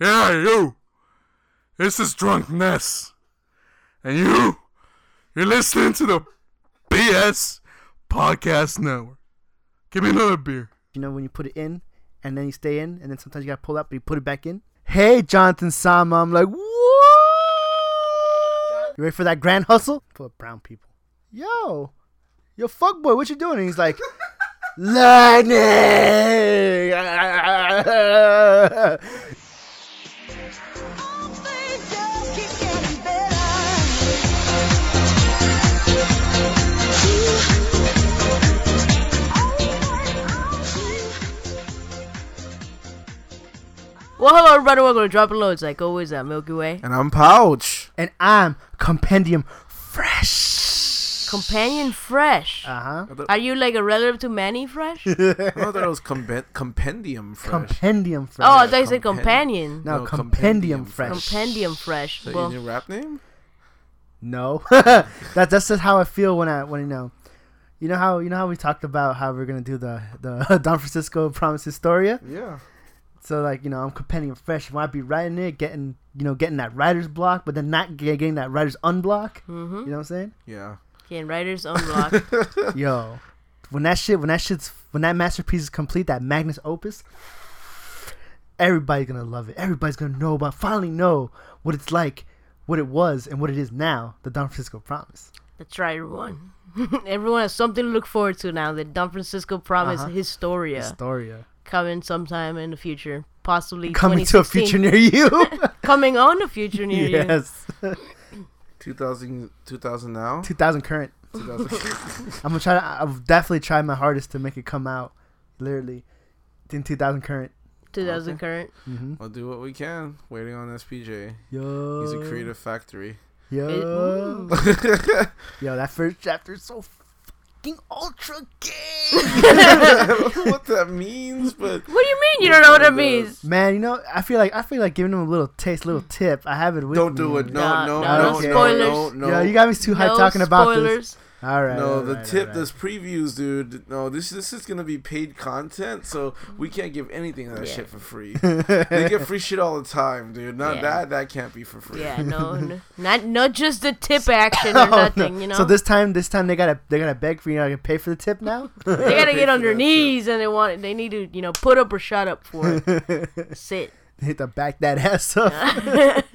Yeah, you! This is Drunk Ness. And you, you're listening to the BS Podcast Network. Give me another beer. You know when you put it in and then you stay in and then sometimes you gotta pull out but you put it back in? Hey Jonathan Sama, I'm like what? You ready for that grand hustle? Full of brown people. Yo, yo fuckboy, what you doing? And he's like Learning Things just keep getting better. Well, hello everybody, welcome to Dropping Loads. Like always, at Milky Way And I'm Pouch. And I'm compendium fresh. Companion Fresh. Uh-huh. Are you like a relative to Manny Fresh? oh, I thought it was compen- compendium fresh. Compendium fresh. Oh, I thought you said compen- companion. no, no, compendium compendium fresh. Compendium Fresh. Is that well, your new rap name? No, that that's just how I feel when I when you know, you know how you know how we talked about how we're gonna do the the Don Francisco Promise Historia. Yeah. So like you know I'm compendium fresh. When I be writing it, getting you know getting that writer's block, but then not ge- getting that writer's unblock. You mm-hmm. know what I'm saying? Yeah. Okay, and writers unblocked. Yo, when that shit when that shit's when that masterpiece is complete, that magnus opus, everybody's gonna love it. Everybody's gonna know about finally know what it's like, what it was, and what it is now. The Don Francisco Promise. That's right, everyone. everyone has something to look forward to now. The Don Francisco Promise Uh-huh. Historia Historia coming sometime in the future, possibly coming to a future 2016. near you. coming on a future near you. yes. 2000, 2000 now? 2000 current. 2000. I'm gonna try. To, I've definitely tried my hardest to make it come out, literally, in 2000 current. 2000 Okay. current. Mm-hmm. we'll do what we can. Waiting on SPJ. Yo, He's a creative factory. Yo, It- ooh. yo, that first chapter is so fucking ultra gay. I don't know what that means, but. What do you mean you don't know what It it means? does. Man, you know, I feel like I feel like giving him a little taste, Mm. little tip. I have it with Don't me. do it. No, Nah, no, nah, no, no, no no, spoilers. no. Yo, you got me too hyped no talking about this. spoilers. All right. no, all the right, tip, all right. this previews, dude. No, this this is gonna be paid content, so we can't give anything of that Yeah. shit for free. they get free shit all the time, dude. Not Yeah. that that can't be for free. Yeah, no, no, not not just the tip action or Oh, no. nothing. You know, So this time, this time they gotta they gotta beg for you. know, I gotta pay for the tip now. they gotta pay get for on their that knees and they want they need to you know put up or shut up for it. they Sit. have to back that ass up.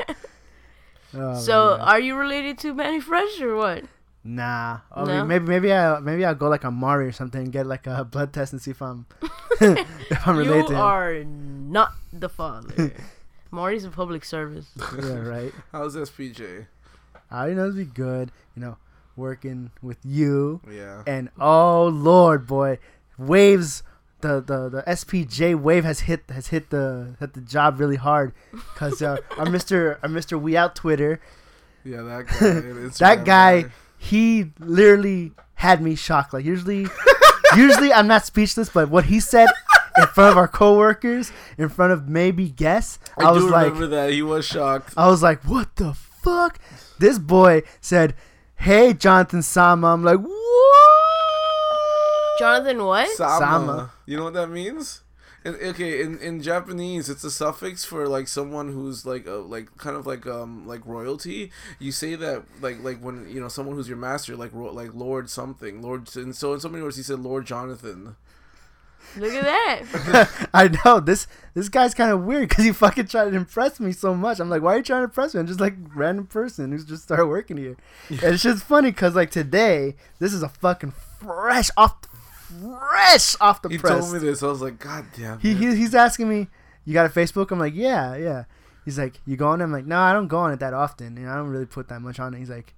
Oh, so man. are you related to Manny Fresh or what? Nah, I No? mean, maybe maybe I maybe I'll go like a Mari or something and get like a blood test and see if I'm if I'm related. to You him. are not the father. Marty's a public service. Yeah, right. How's SPJ? I you know it'd be good, you know, working with you Yeah. and oh lord, boy, waves. The, the, the SPJ wave has hit has hit the hit the job really hard, cause uh, our Mister our Mister We Out Twitter Yeah, that guy. Instagram that guy he literally had me shocked. Like usually, usually I'm not speechless, but what he said in front of our coworkers, in front of maybe guests, I, I, was do like, remember that. He was shocked. I was like, what the fuck? This boy said, "Hey, Jonathan Sama." I'm like, what? Jonathan, what? Sama. Sama. You know what that means? In, okay, in, in Japanese, it's a suffix for like someone who's like a, like kind of like um like royalty. You say that like like when you know someone who's your master like ro- like Lord something Lord and so in so many words he said Lord Jonathan. Look at that. I know this this guy's kind of weird because he fucking tried to impress me so much. I'm like, why are you trying to impress me? I'm just like random person who's just started working here, and it's just funny because like today, this is a fucking fresh off, fresh off the He press. told me this. I was like, God damn. he, it." he he's asking me, you got a Facebook? I'm like, yeah, yeah. He's like, you go on? it?" I'm like, no, I don't go on it that often, and I don't really put that much on it. He's like,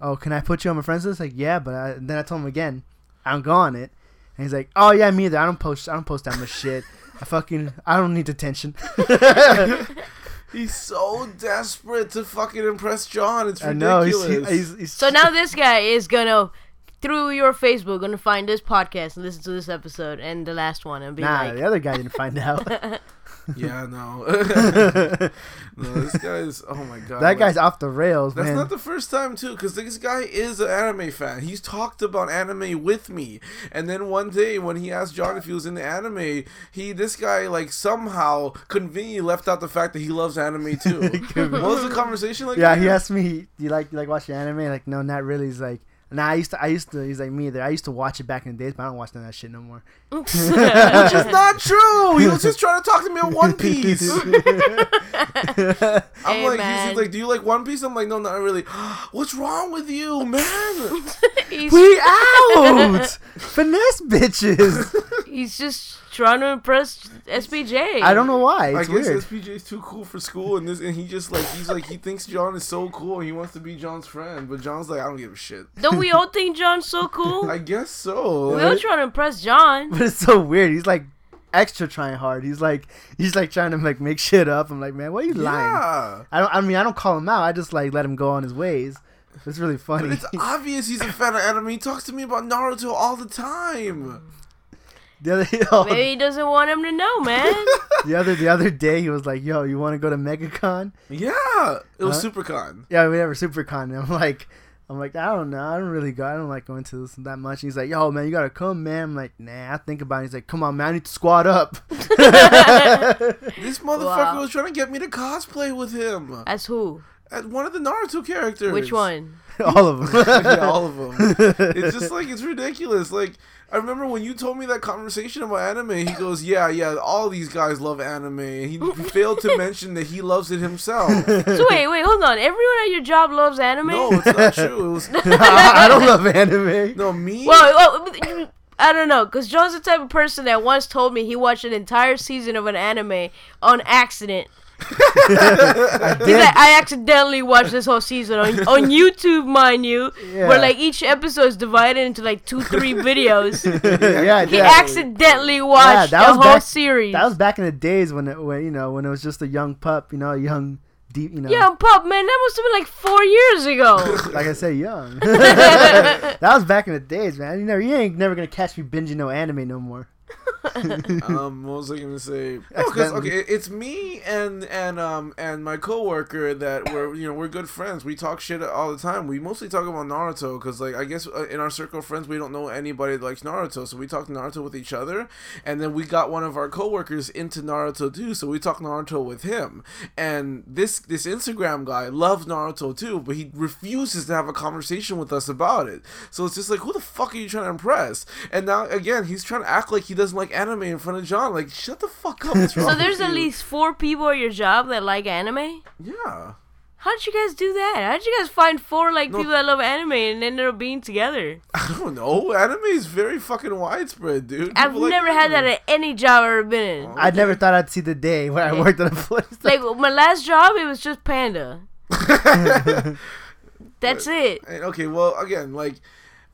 oh, can I put you on my friends list? Like, yeah, but I, and then I told him again, I don't go on it, and he's like, oh yeah, me either. I don't post, I don't post that much shit. I fucking, I don't need attention. He's so desperate to fucking impress John. It's I ridiculous. know. He's, he- he's, he's So now this guy is gonna through your Facebook gonna find this podcast and listen to this episode and the last one and be nah, like, the other guy didn't find out. yeah, no. no, this guy's. Oh my god. that like- guy's off the rails, That's man. not the first time too, because this guy is an anime fan. He's talked about anime with me, and then one day when he asked John if he was into anime, he this guy like somehow conveniently left out the fact that he loves anime too. what was the conversation like? yeah, that? he asked me, "You like you like watching anime?" Like, no, not really. He's like, "Nah, I used to, I used to." He's like, "Me either." I used to watch it back in the days, but I don't watch none of that shit no more. Which is not true. He was just trying to talk to me on One Piece. I'm Hey, like, he's man. just like, do you like One Piece? I'm like, no, not really. What's wrong with you, man? he's, We out, finesse bitches. he's just trying to impress SBJ. I don't know why. It's I guess weird. SPJ is too cool for school, and this, and he just like he's like he thinks John is so cool, and he wants to be John's friend, but John's like I don't give a shit. Don't we all think John's so cool? I guess so. we all trying to impress John. But it's so weird. He's like extra trying hard. He's like he's like trying to like make shit up. I'm like, man, why are you lying? yeah, I don't. I mean, I don't call him out. I just like let him go on his ways. It's really funny. it's obvious he's a fan of anime. He talks to me about Naruto all the time. the other, oh, Maybe he doesn't want him to know, man. the other the other day, he was like, "Yo, you want to go to MegaCon?" Yeah, it was Huh? SuperCon. yeah, we have a supercon. And I'm like, I'm like, I don't know. I don't really go. I don't like going to this that much. And he's like, yo, man, you gotta come, man. I'm like, nah, I think about it. He's like, come on, man, I need to squat up. This motherfucker Wow. was trying to get me to cosplay with him As who? at one of the Naruto characters. Which one? All of them. yeah, all of them. It's just like it's ridiculous. Like I remember when you told me that conversation about anime. He goes, "Yeah, yeah, all these guys love anime." And he failed to mention that he loves it himself. So wait, wait, hold on. Everyone at your job loves anime. No, it's not true. It was I, I don't love anime. no me. Well, well, I don't know, cause John's the type of person that once told me he watched an entire season of an anime on accident. He's like, I accidentally watched this whole season on, on YouTube, mind you, Yeah. where like each episode is divided into like two, three videos. yeah, He yeah. accidentally watched that the was whole back- series. That was back in the days when it, when you know when it was just a young pup, you know, a young deep, you know, yeah, Pop, man, that must have been like four years ago. like I say, young. that was back in the days, man. You never, you ain't never gonna catch me binging no anime no more. Um, what was I gonna say? No, 'cause, Accidentally. okay, it's me and and um and my coworker that we're you know we're good friends. We talk shit all the time. We mostly talk about Naruto because like I guess uh, in our circle of friends we don't know anybody that likes Naruto, so we talk Naruto with each other. And then we got one of our coworkers into Naruto too, so we talk Naruto with him. And this this Instagram guy loves Naruto too, but he refuses to have a conversation with us about it. So it's just like, who the fuck are you trying to impress? And now again, he's trying to act like he doesn't like anime in front of John. Like, shut the fuck up. What's wrong so there's at with you? least four people at your job that like anime. yeah. How did you guys do that? How did you guys find four like No. people that love anime and ended up being together? I don't know. Anime is very fucking widespread, dude. I've People like never had that anime. Oh. at any job I've ever been in. I never thought I'd see the day where I worked at a place. Like my last job, it was just Panda. That's it. And, okay, well, again, like,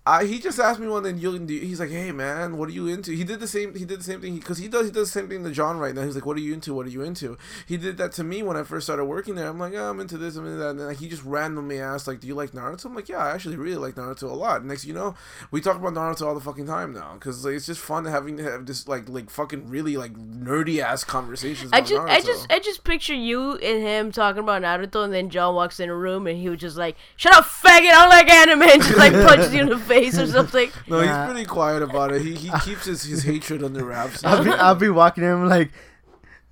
I, he just asked me one, and you he's like, "Hey, man, what are you into?" He did the same. He did the same thing because he does. He does the same thing to John right now. He's like, "What are you into? What are you into?" He did that to me when I first started working there. I'm like, oh, "I'm into this, I'm into that." And then, like, he just randomly asked, "Like, do you like Naruto?" I'm like, "Yeah, I actually really like Naruto a lot." Next, you know, we talk about Naruto all the fucking time now because like, it's just fun having to have this like like fucking really like nerdy ass conversations. I about just, I Naruto. just, I just picture you and him talking about Naruto, and then John walks in a room, and he was just like, "Shut up, faggot! I don't like anime," and just like punches you in the face or something. no, Yeah. he's pretty quiet about it. He he keeps his, his hatred under wraps. I'll be, I'll be walking in I'm like,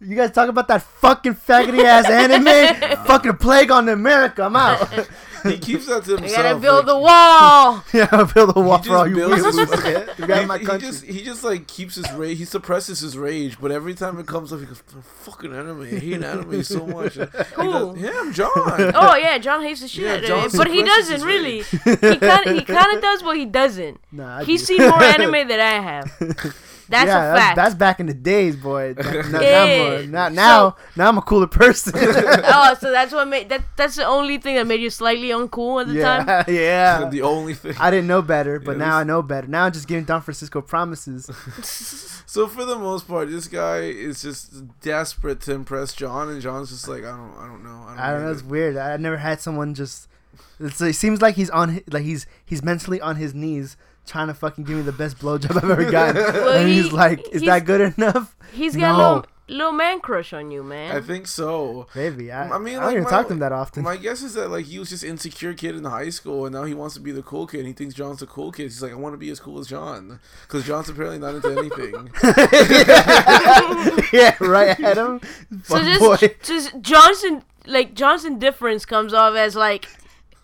you guys talk about that fucking faggoty ass anime? fucking a plague on America. I'm out. he keeps that to I himself. gotta build like- the wall. yeah, I'll build a wall He for all you just builds weirdos. his- Yeah, you got he, my he country. just he just like keeps his rage. He suppresses his rage, but every time it comes up, he goes, "Fucking anime! I hate anime so much." He goes, Who? Him, John. Oh yeah, John hates the shit Yeah, out of John it, but he suppresses his doesn't really. he kind of he kind of does what he doesn't. Nah, I He's do. seen more anime than I have. That's yeah, a That's, fact. that's back in the days, boy. Not, not, Yeah. not more. Not now. now I'm a cooler person. oh, so that's what made that. That's the only thing that made you slightly uncool at the time. yeah, yeah. the only thing. I didn't know better, but Yeah, now I this- know better. Now I'm just giving Don Francisco promises. So for the most part, this guy is just desperate to impress John, and John's just like, "I don't, I don't know, I don't, I don't know. It's get weird. I I never had someone just. It's, it seems like he's on, hi- like he's he's mentally on his knees trying to fucking give me the best blowjob I've ever gotten, Well, and he's he- like, "Is he's- that good enough?" He's got No, a little man crush on you, man. I think so. Maybe I, I mean, I don't like, even my- talk to him that often. My guess is that like he was just insecure kid in high school, and now he wants to be the cool kid. And he thinks John's the cool kid. He's like, I want to be as cool as John, because John's apparently not into anything. yeah, right, Adam. so Fuck just, boy. just Johnson, like Johnson difference comes off as like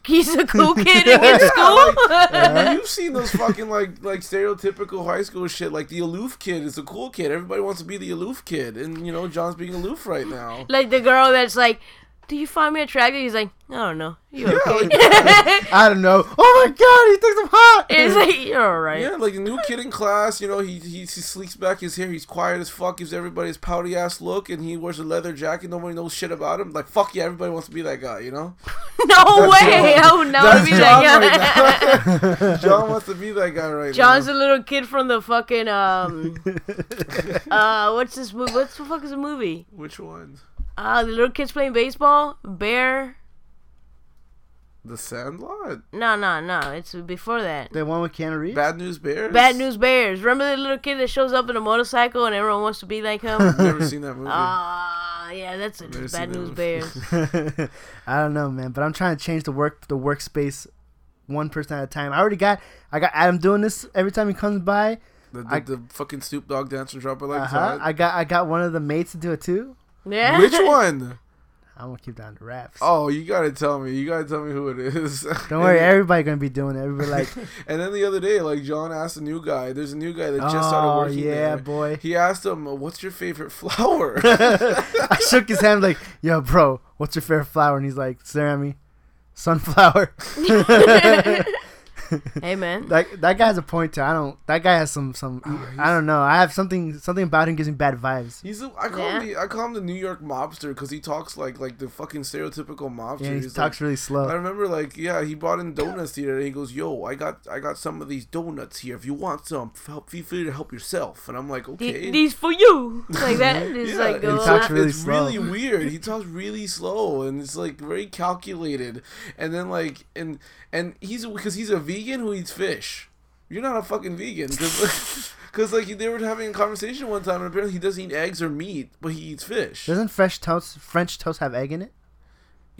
he's a cool kid in school. You've seen those fucking like like stereotypical high school shit. Like the aloof kid is the cool kid. Everybody wants to be the aloof kid, and you know John's being aloof right now. like the girl that's like, "Do you find me attractive?" He's like, "I don't know." You're Yeah, okay. like- I don't know. Oh my god, he thinks I'm hot. it's like you're alright. Yeah, like the new kid in class, you know, he, he he sleeks back his hair, he's quiet as fuck, gives everybody his pouty ass look, and he wears a leather jacket. Nobody knows shit about him. Like fuck yeah, everybody wants to be that guy, you know. No way! Oh no! I That's mean, John like, yeah. right now. John wants to be that guy right John's now. a little kid from the fucking um, uh, what's this movie? What's the fuck is the movie? Which one? Uh, the little kids playing baseball. Bear. The Sandlot. No, no, no. It's before that. The one with Keanu Reeves. Bad News Bears. Bad News Bears. Remember the little kid that shows up in a motorcycle and everyone wants to be like him? Never seen that movie. Ah, yeah, that's it. Never It's seen Bad that News one. Bears. I don't know, man, but I'm trying to change the work the workspace one person at a time. I already got I got Adam doing this every time he comes by. the, the, I- the fucking Snoop Dogg dancer dropper like Uh-huh. I got I got one of the mates to do it too. Yeah. Which one? I'm gonna keep down the wraps. Oh, you gotta tell me. You gotta tell me who it is. Don't worry, everybody gonna be doing it. Everybody like, And then the other day, like John asked a new guy. There's a new guy that just started oh working yeah, there. boy. He asked him, "What's your favorite flower?" I shook his hand like, yo, bro, what's your favorite flower? And he's like, staring at me, sunflower. Hey man. Like that guy has a point to. I don't. That guy has some some. Oh, I don't know. I have something something about him gives me bad vibes. He's a, I call him the I call him the New York mobster because he talks like like the fucking stereotypical mobster. Yeah, he He's talks like, really I slow. remember like yeah, he brought in donuts the other day. He goes, "Yo, I got I got some of these donuts here. If you want some, f- help, feel free to help yourself." And I'm like, The- okay. These for you. Like that. It's like uh, it's, oh, a talks lot. really it's slow. really weird. He talks really slow, and it's like very calculated. And then like, and and he's because he's a vegan who eats fish. You're not a fucking vegan because like they were having a conversation one time, and apparently he doesn't eat eggs or meat, but he eats fish. Doesn't French toast French toast have egg in it? Or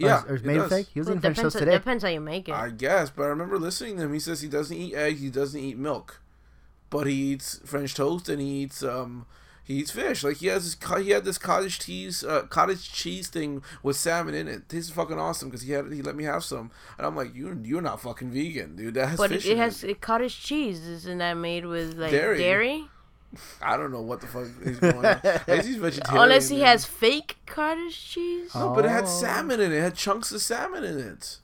yeah, is- or is it made does. of egg. He was Well, eating French toast depends, how, today. depends how you make it. I guess, but I remember listening to him. He says he doesn't eat egg, he doesn't eat milk, but he eats French toast and he eats um he eats fish. Like he has this co- he had this cottage cheese uh, cottage cheese thing with salmon in it. Tastes fucking awesome because he had he let me have some, and I'm like you you're not fucking vegan, dude. That has but it, fish. it in has uh, cottage cheese. Isn't that made with like Dairy. dairy? I don't know what the fuck is going on. I guess he's vegetarian. Unless he dude. has fake cottage cheese. No, but it had Oh. salmon in it. It had chunks of salmon in it.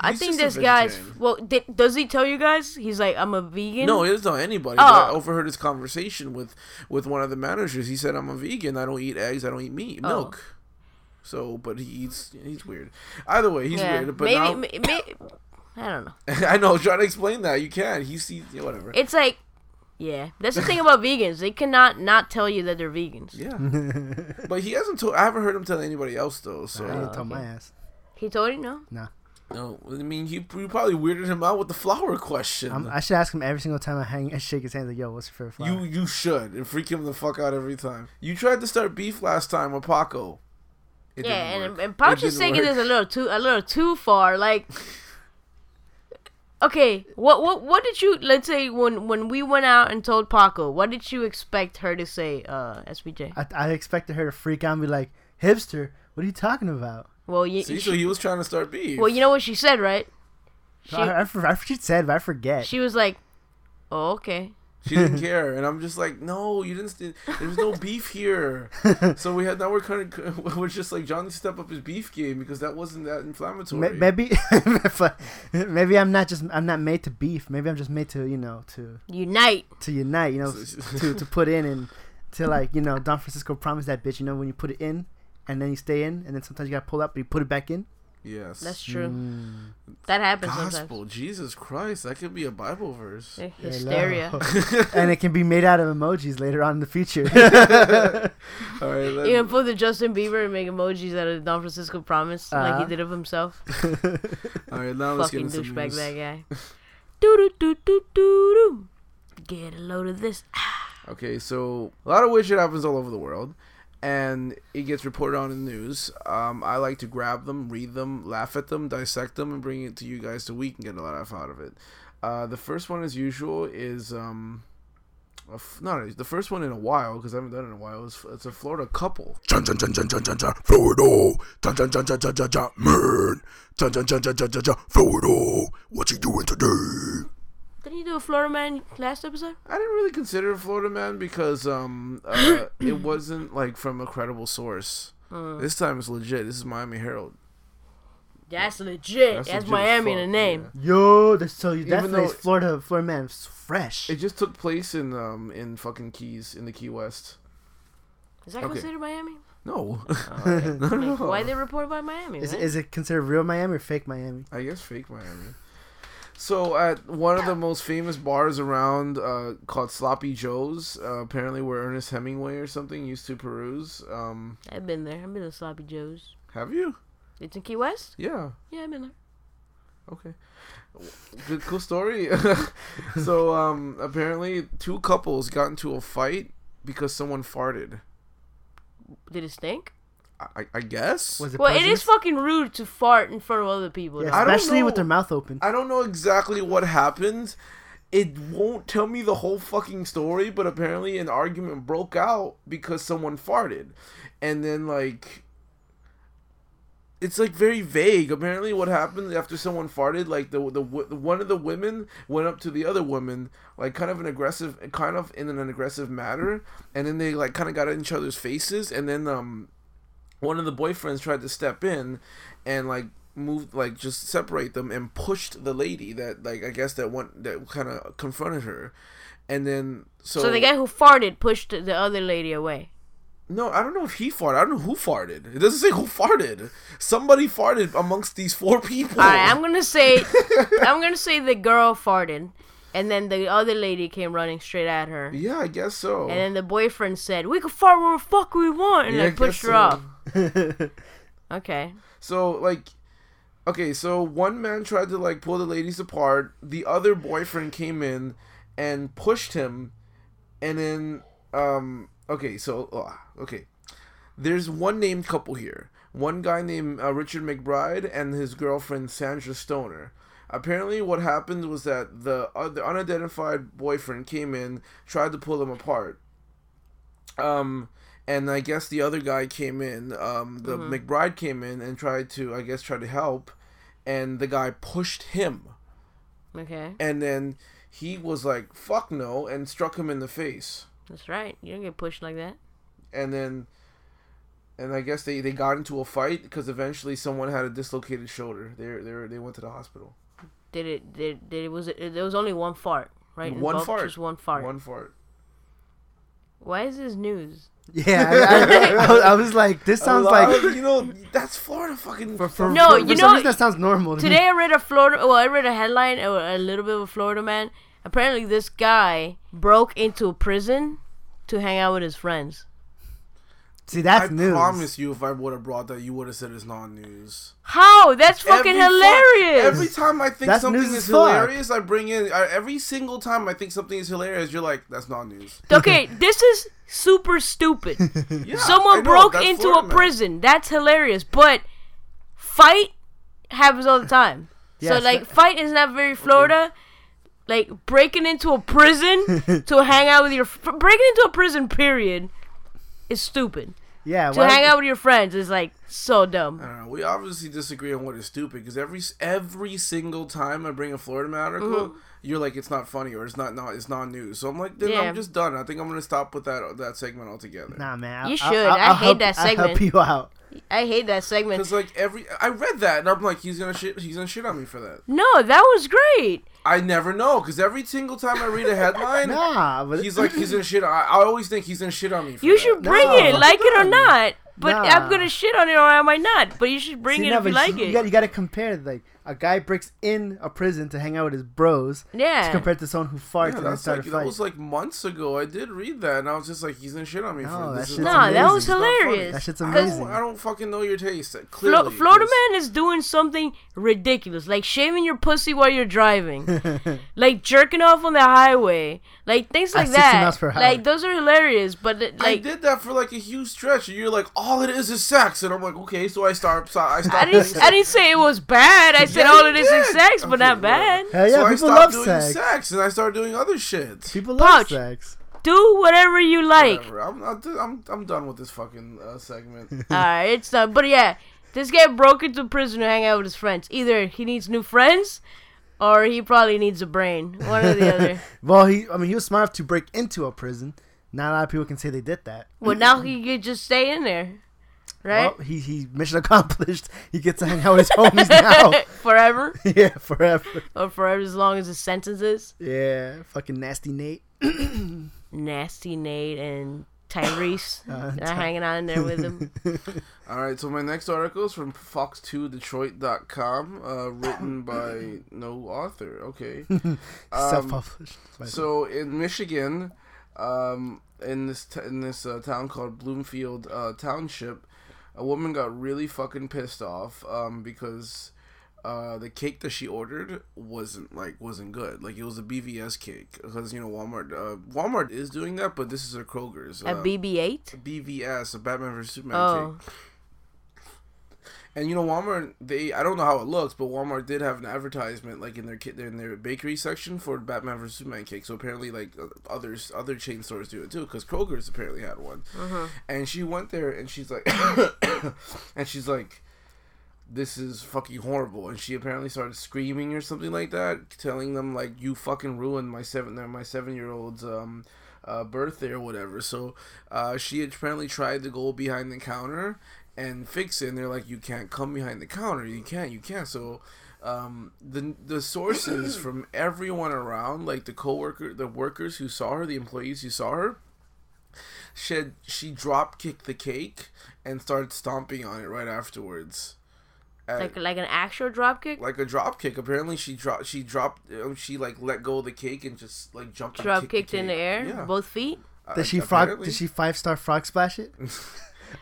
I he's think just a this guy's. vegetarian. Well, di- does he tell you guys? He's like, I'm a vegan. No, he doesn't tell anybody. But I Oh. overheard his conversation with with one of the managers. He said, "I'm a vegan. I don't eat eggs. I don't eat meat, Oh. milk." So, but he eats. He's weird. Either way, he's yeah. weird. But maybe, now, may- may- I don't know. I know. Trying to explain that you can. He sees yeah, whatever. It's like, yeah, that's the thing about vegans. They cannot not tell you that they're vegans. yeah, but he hasn't told. I haven't heard him tell anybody else though. So I would've told Oh, my ass. He told you no. no, I mean, you, you probably weirded him out with the flower question. I'm, I should ask him every single time I hang and shake his hand like, yo, what's your favorite flower? you you should and freak him the fuck out every time. You tried to start beef last time with Paco. It yeah, didn't and, work. and Pouch It is didn't taking this work. a little too a little too far. Like, okay, what what what did you let's say when when we went out and told Paco, what did you expect her to say, uh, SBJ? I, I expected her to freak out and be like, hipster, what are you talking about? well, you See, so he was trying to start beef. well you know what she said, right? She I, I, for- I, she said, but I forget. she was like, oh, okay. She didn't care, and I'm just like, no, you didn't. St- There's no beef here. So we had now we're kind of we're just like John needs to step up his beef game because that wasn't that inflammatory. Ma- maybe, maybe I'm not just I'm not made to beef. Maybe I'm just made to you know to Unite. to unite. You know, So- to to put in and to like you know Don Francisco promised that bitch. You know when you put it in and then you stay in and then sometimes you gotta pull up but you put it back in. yes. That's true. That happens sometimes. Hmm. Gospel, Jesus Christ, that could be a Bible verse. Eh, Hysteria. and it can be made out of emojis later on in the future. All right, let- You can pull the Justin Bieber and make emojis out of the Don Francisco Promise, like Uh-huh. he did of himself. all right, now let's Fucking get into some douchebag eh? news. that guy. Doo doo doo doo doo doo. Get a load of this. Okay, so a lot of weird shit happens all over the world, and it gets reported on in the news. Um, I like to grab them, read them, laugh at them, dissect them, and bring it to you guys so we can get a laugh out of it. Uh, the first one, as usual, is um, a f- not the first one in a while because I haven't done it in a while. It's, it's a Florida couple. Chun chun chun chun chun chun chun Florida. Chun chun chun chun chun chun chun man. Chun chun chun chun chun chun chun Florida. What you doing today? Didn't you do a Florida man last episode? I didn't really consider it Florida Man because um uh, it wasn't like from a credible source. Hmm. This time it's legit. This is Miami Herald. That's legit. That's, That's legit Miami as in the fuck, name. yeah. Yo, that's so you Even definitely though- Florida Florida man is fresh. It just took place in um in fucking Keys in the Key West. Is that Okay. considered Miami? No, Oh, Like, why they report by Miami? Is, right? is it considered real Miami or fake Miami? I guess fake Miami. So at one of the most famous bars around, uh, called Sloppy Joe's, uh, apparently where Ernest Hemingway or something used to peruse. Um, I've been there. I've been to Sloppy Joe's. have you? It's in Key West? Yeah. Yeah, I've been there. Okay. Good, cool story. so, um, apparently, two couples got into a fight because someone farted. Did it stink? I, I- I guess. Was it Well, it is poisonous? fucking rude to fart in front of other people. Yeah, dog. I don't especially with know. their mouth open. I don't know exactly what happened. It won't tell me the whole fucking story, but apparently an argument broke out because someone farted. And then, like, it's like very vague. Apparently, what happened after someone farted, like the the wo- one of the women went up to the other woman, like kind of an aggressive, kind of in an aggressive manner, and then they like kind of got in each other's faces, and then um, one of the boyfriends tried to step in, and like moved like just separate them and pushed the lady that like I guess that one that kind of confronted her, and then so So the guy who farted pushed the other lady away. no, I don't know if he farted. I don't know who farted. It doesn't say who farted. Somebody farted amongst these four people. All right, I'm gonna say, I'm gonna say the girl farted, and then the other lady came running straight at her, Yeah, I guess so. and then the boyfriend said, "We can fart where the fuck we want," and Yeah, I like pushed guess her off. Okay, So like, okay, so one man tried to like pull the ladies apart. The other boyfriend came in and pushed him, and then um, okay, so uh, okay, there's one named couple here. One guy named uh, Richard McBride and his girlfriend Sandra Stoner. Apparently, what happened was that the other unidentified boyfriend came in, tried to pull them apart. Um, and I guess the other guy came in. Um, the Mm-hmm. McBride came in and tried to, I guess, try to help, and the guy pushed him, okay, and then he was like, "Fuck no," and struck him in the face, that's right. You don't get pushed like that. and then. And I guess they, they got into a fight because eventually someone had a dislocated shoulder. They they they went to the hospital. Did it? Did, did it? Was it? There was only one fart, right? One Involved fart. Just one fart. One fart. Why is this news? Yeah, I, I, I was- I was like, this sounds A lot like of- you know that's Florida fucking. for, No, for- for you know- some reason that sounds normal to me. Today I read a Florida. Well, I read a headline uh, a little bit of a Florida man. Apparently, this guy broke into a prison to hang out with his friends. See, that's I news. promise you, if I would have brought that, you would have said it's non-news. How? That's fucking Every fu- hilarious. every time I think That's something news is as fuck. hilarious, I bring in. I, every single time I think something is hilarious, you're like, "That's not news." okay, this is super stupid. Yeah, I Someone know, broke that's into Florida a man. prison. That's hilarious. But fight happens all the time. Yes, so like that- fight is not very Florida. Like breaking into a prison to hang out with your fr- breaking into a prison period is stupid. yeah, To hang out with your friends is like so dumb. I don't know. We obviously disagree on what is stupid because every every single time I bring a Florida Man article, Mm-hmm. you're like, "It's not funny" or "It's not not it's not news." So I'm like, "Then Yeah. I'm just done." I think I'm gonna stop with that that segment altogether. Nah, man. I- You I'll- should. I'll- I I'll hate help- that I'll help segment. you out. I hate that segment. Because like every, I read that and I'm like, he's gonna shit, he's gonna shit on me for that. No, that was great. I never know because every single time I read a headline, Nah, but he's like, he's gonna shit. I, I always think he's gonna shit on me. For You that. should bring No. it, like it or not. But Nah. I'm gonna shit on it or I might not. But you should bring See, it no, if you but like you, it. Got, you got to compare like a guy breaks in a prison to hang out with his bros yeah. compared to someone who farts Yeah, and then that's like started that fighting. was like months ago. I did read that, and I was just like, he's gonna shit on me No, for that this. is shit's Nah, not that funny. was It's not funny. hilarious. That shit's I amazing. don't- I don't fucking know your taste. uh, Clearly, Flo- Florida 'cause- man is doing something ridiculous, like shaving your pussy while you're driving, like jerking off on the highway, like things At like 60 that. miles per hour. Like those are hilarious, but it- I like did that for like a huge stretch, and you're like, all it is is sex, and I'm like, okay, so I start. So I I stopped. didn't, doing I didn't say it was bad. I said Yeah, all you of this is did. sex, but Okay, not well. bad. Hell so yeah, I people stopped love doing sex. and I started doing other shit. People Pouch. love sex. Do whatever you like. Whatever. I'm not. I'm. I'm done with this fucking uh, segment. Alright, it's done. But yeah, this guy broke into prison to hang out with his friends. Either he needs new friends, or he probably needs a brain. One or the other. Well, he I mean he was smart enough to break into a prison. Not a lot of people can say they did that. Well, now he could just stay in there, right? Well, he he mission accomplished. He gets to hang out with his homies now. forever, yeah, forever. or forever as long as his sentence is. Yeah, fucking nasty Nate. Nasty Nate and Tyrese Uh, are hanging out in there with him. All right, so my next article is from fox2detroit.com, uh, written by no author. Okay. Self-published. by the Um, So in Michigan, um, in this t- in this uh, town called Bloomfield uh, Township, a woman got really fucking pissed off um, because uh, the cake that she ordered wasn't like wasn't good. Like it was a BVS cake because you know Walmart uh, Walmart is doing that, but this is a Kroger's A uh, BB-8. BVS, a Batman vs Superman cake. Oh, And you know Walmart, they I don't know how it looks, but Walmart did have an advertisement like in their ki- in their bakery section for Batman vs Superman cake. So apparently, like uh, others other chain stores do it too, because Kroger's apparently had one. And she went there and she's like, and she's like, this is fucking horrible. And she apparently started screaming or something like that, telling them like, you fucking ruined my seven uh, my seven year old's um uh, birthday or whatever. So uh, she had apparently tried to go behind the counter and fix it, and they're like, "You can't come behind the counter. You can't. You can't." So um, the the sources from everyone around, like the coworker, the workers who saw her, the employees who saw her, she had, she drop kicked the cake and started stomping on it right afterwards. At- like like an actual dropkick. like a drop kick. Apparently, she dropped. She dropped. Um, she like let go of the cake and just like jumped. and Drop kicked kicked in the cake. air, Yeah. both feet. Did uh, she frog? Did she five star frog splash it?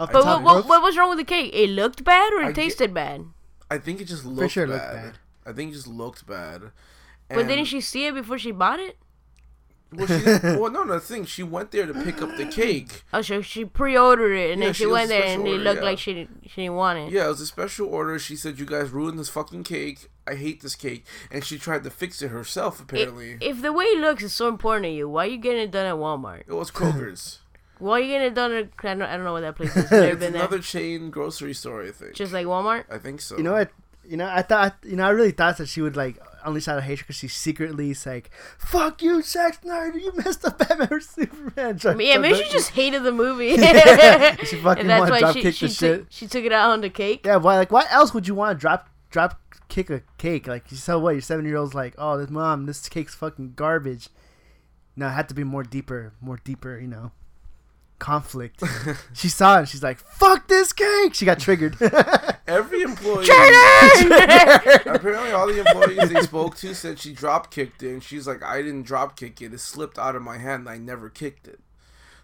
Off the top But what, of what, the roof? what was wrong with the cake? It looked bad or it I get- tasted bad? I think it just looked sure it bad. looked bad. I think it just looked bad. But didn't And- she see it before she bought it? Well, she didn't, well, no, no. The thing she went there to pick up the cake. Oh, so she pre-ordered it and Yeah, then she, she was went there special and it order, looked yeah. like she didn't, she didn't want it. Yeah, it was a special order. She said, "You guys ruined this fucking cake. I hate this cake." And she tried to fix it herself. I- Apparently, it, if the way it looks is so important to you, why are you getting it done at Walmart? was Kroger's. Why are you getting it done at I don't, I don't know what that place is. I've never it's been another there. chain grocery store. I think. Just like Walmart. I think so. You know what? You know I thought. You know I really thought that she would like unleash out of hatred because she secretly is like, "Fuck you, Zack Snyder. You messed up Batman vs Superman." I mean, Yeah, maybe she just hated the movie. She fucking and wanna that's why she, dropkick she, the took, shit. she took it out on the cake. Yeah, why? Like, why else would you want to drop drop kick a cake? Like, you tell what your seven year old's like, "Oh, this mom, this cake's fucking garbage." No, it had to be more deeper, more deeper. You know, conflict. she saw it. She's like, "Fuck this cake." She got triggered. Every employee. Apparently, all the employees they spoke to said she drop kicked it, and she's like, "I didn't drop kick it. It slipped out of my hand. and I never kicked it."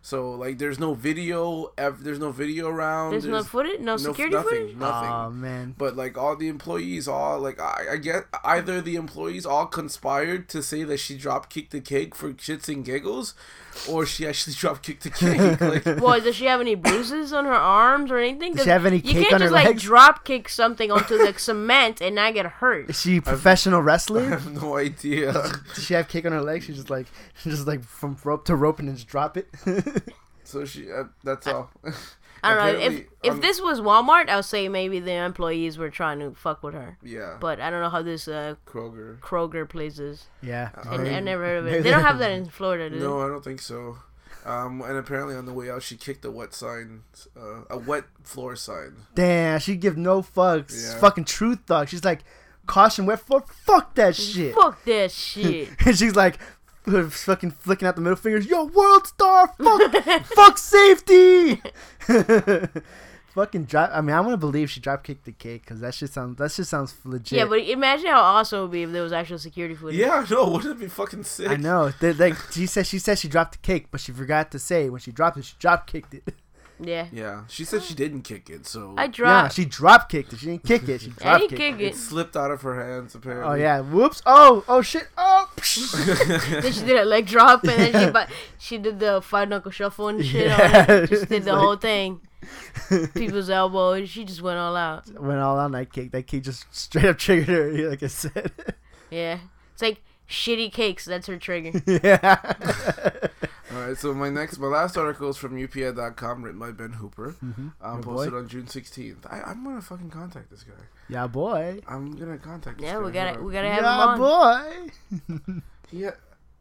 So like, there's no video. Ev- there's no video around. There's no footage, no, security nothing, footage. Nothing. Oh man. but like all the employees, all like I, I get either the employees all conspired to say that she drop kicked the cake for shits and giggles, or she actually drop kicked the cake. Like, Boy, does she have any bruises on her arms or anything? Does she have any you cake can't on just her like legs? drop kick something onto the cement and not get hurt. Is she a professional I wrestler? have no idea. Does she have cake on her leg? She just like, she just like from rope to rope and then just drop it. So she. Uh, that's all. I don't know. If Apparently, if um, this was Walmart, I'll say maybe the employees were trying to fuck with her. Yeah. But I don't know how this uh, Kroger. Kroger place is. yeah. I, maybe. I never heard of it. They don't have that in Florida, do they? No, I don't think so. Um, and apparently on the way out, she kicked a wet sign, uh, a wet floor sign. Damn, she give no fucks. Yeah. Fucking truth thug. She's like, caution, wet for fuck that shit. Fuck that shit. And she's like, fucking flicking out the middle fingers. Yo, world star, fuck, fuck safety. fucking drop. I mean, I want to believe she drop kicked the cake because that shit sounds that shit sounds legit. Yeah, but imagine how awesome it would be if there was actual security footage. Yeah, I know. Wouldn't it be fucking sick? I know. They, like she said, she said she dropped the cake, but she forgot to say when she dropped it, she drop kicked it. Yeah. Yeah, she said she didn't kick it, so I Nah, dropped. she drop kicked it. She didn't kick it. She I drop didn't kicked kick it. it. it slipped out of her hands apparently. Oh yeah. Whoops. Oh. Oh shit. Oh. then she did a leg drop, and then she bu- she did the five knuckle shuffle and shit. Yeah, On it. Just did it's the like- whole thing. People's elbow. and She just went all out. Went all out on that cake. That cake just straight up triggered her. Like I said. Yeah. It's like shitty cakes. That's her trigger. yeah. All right, so my next, my last article is from UPI.com, written by Ben Hooper, Mm-hmm. um, Your boy. posted on June 16th. I, I'm gonna fucking contact this guy. Yeah, boy. I'm gonna contact. This Yeah, guy. we gotta Hold we on. gotta have Yeah, him on. boy. He ha-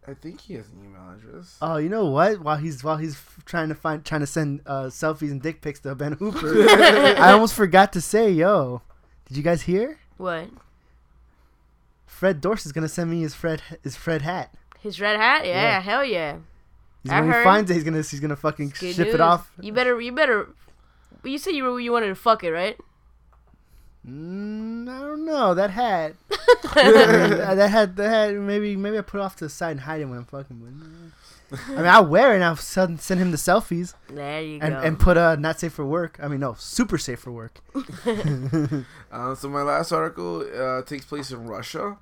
I think he has an email address. Oh, you know what? While he's while he's f- trying to find trying to send uh, selfies and dick pics to Ben Hooper, I almost forgot to say, yo, did you guys hear? What? Fred Dorse is gonna send me his Fred his Fred hat. His red hat? Yeah, Yeah. hell yeah. He's, I when he heard. finds it, he's gonna he's gonna fucking Good ship news. it off. You better you better. You said you were, you wanted to fuck it, right? Mm, I don't know that hat. Uh, that hat that hat maybe maybe I put it off to the side and hide it when I'm fucking with. him. I mean, I wear it and I'll send, send him the selfies There you and, go. and put uh not safe for work. I mean, no, super safe for work. Uh, so my last article uh, takes place in Russia.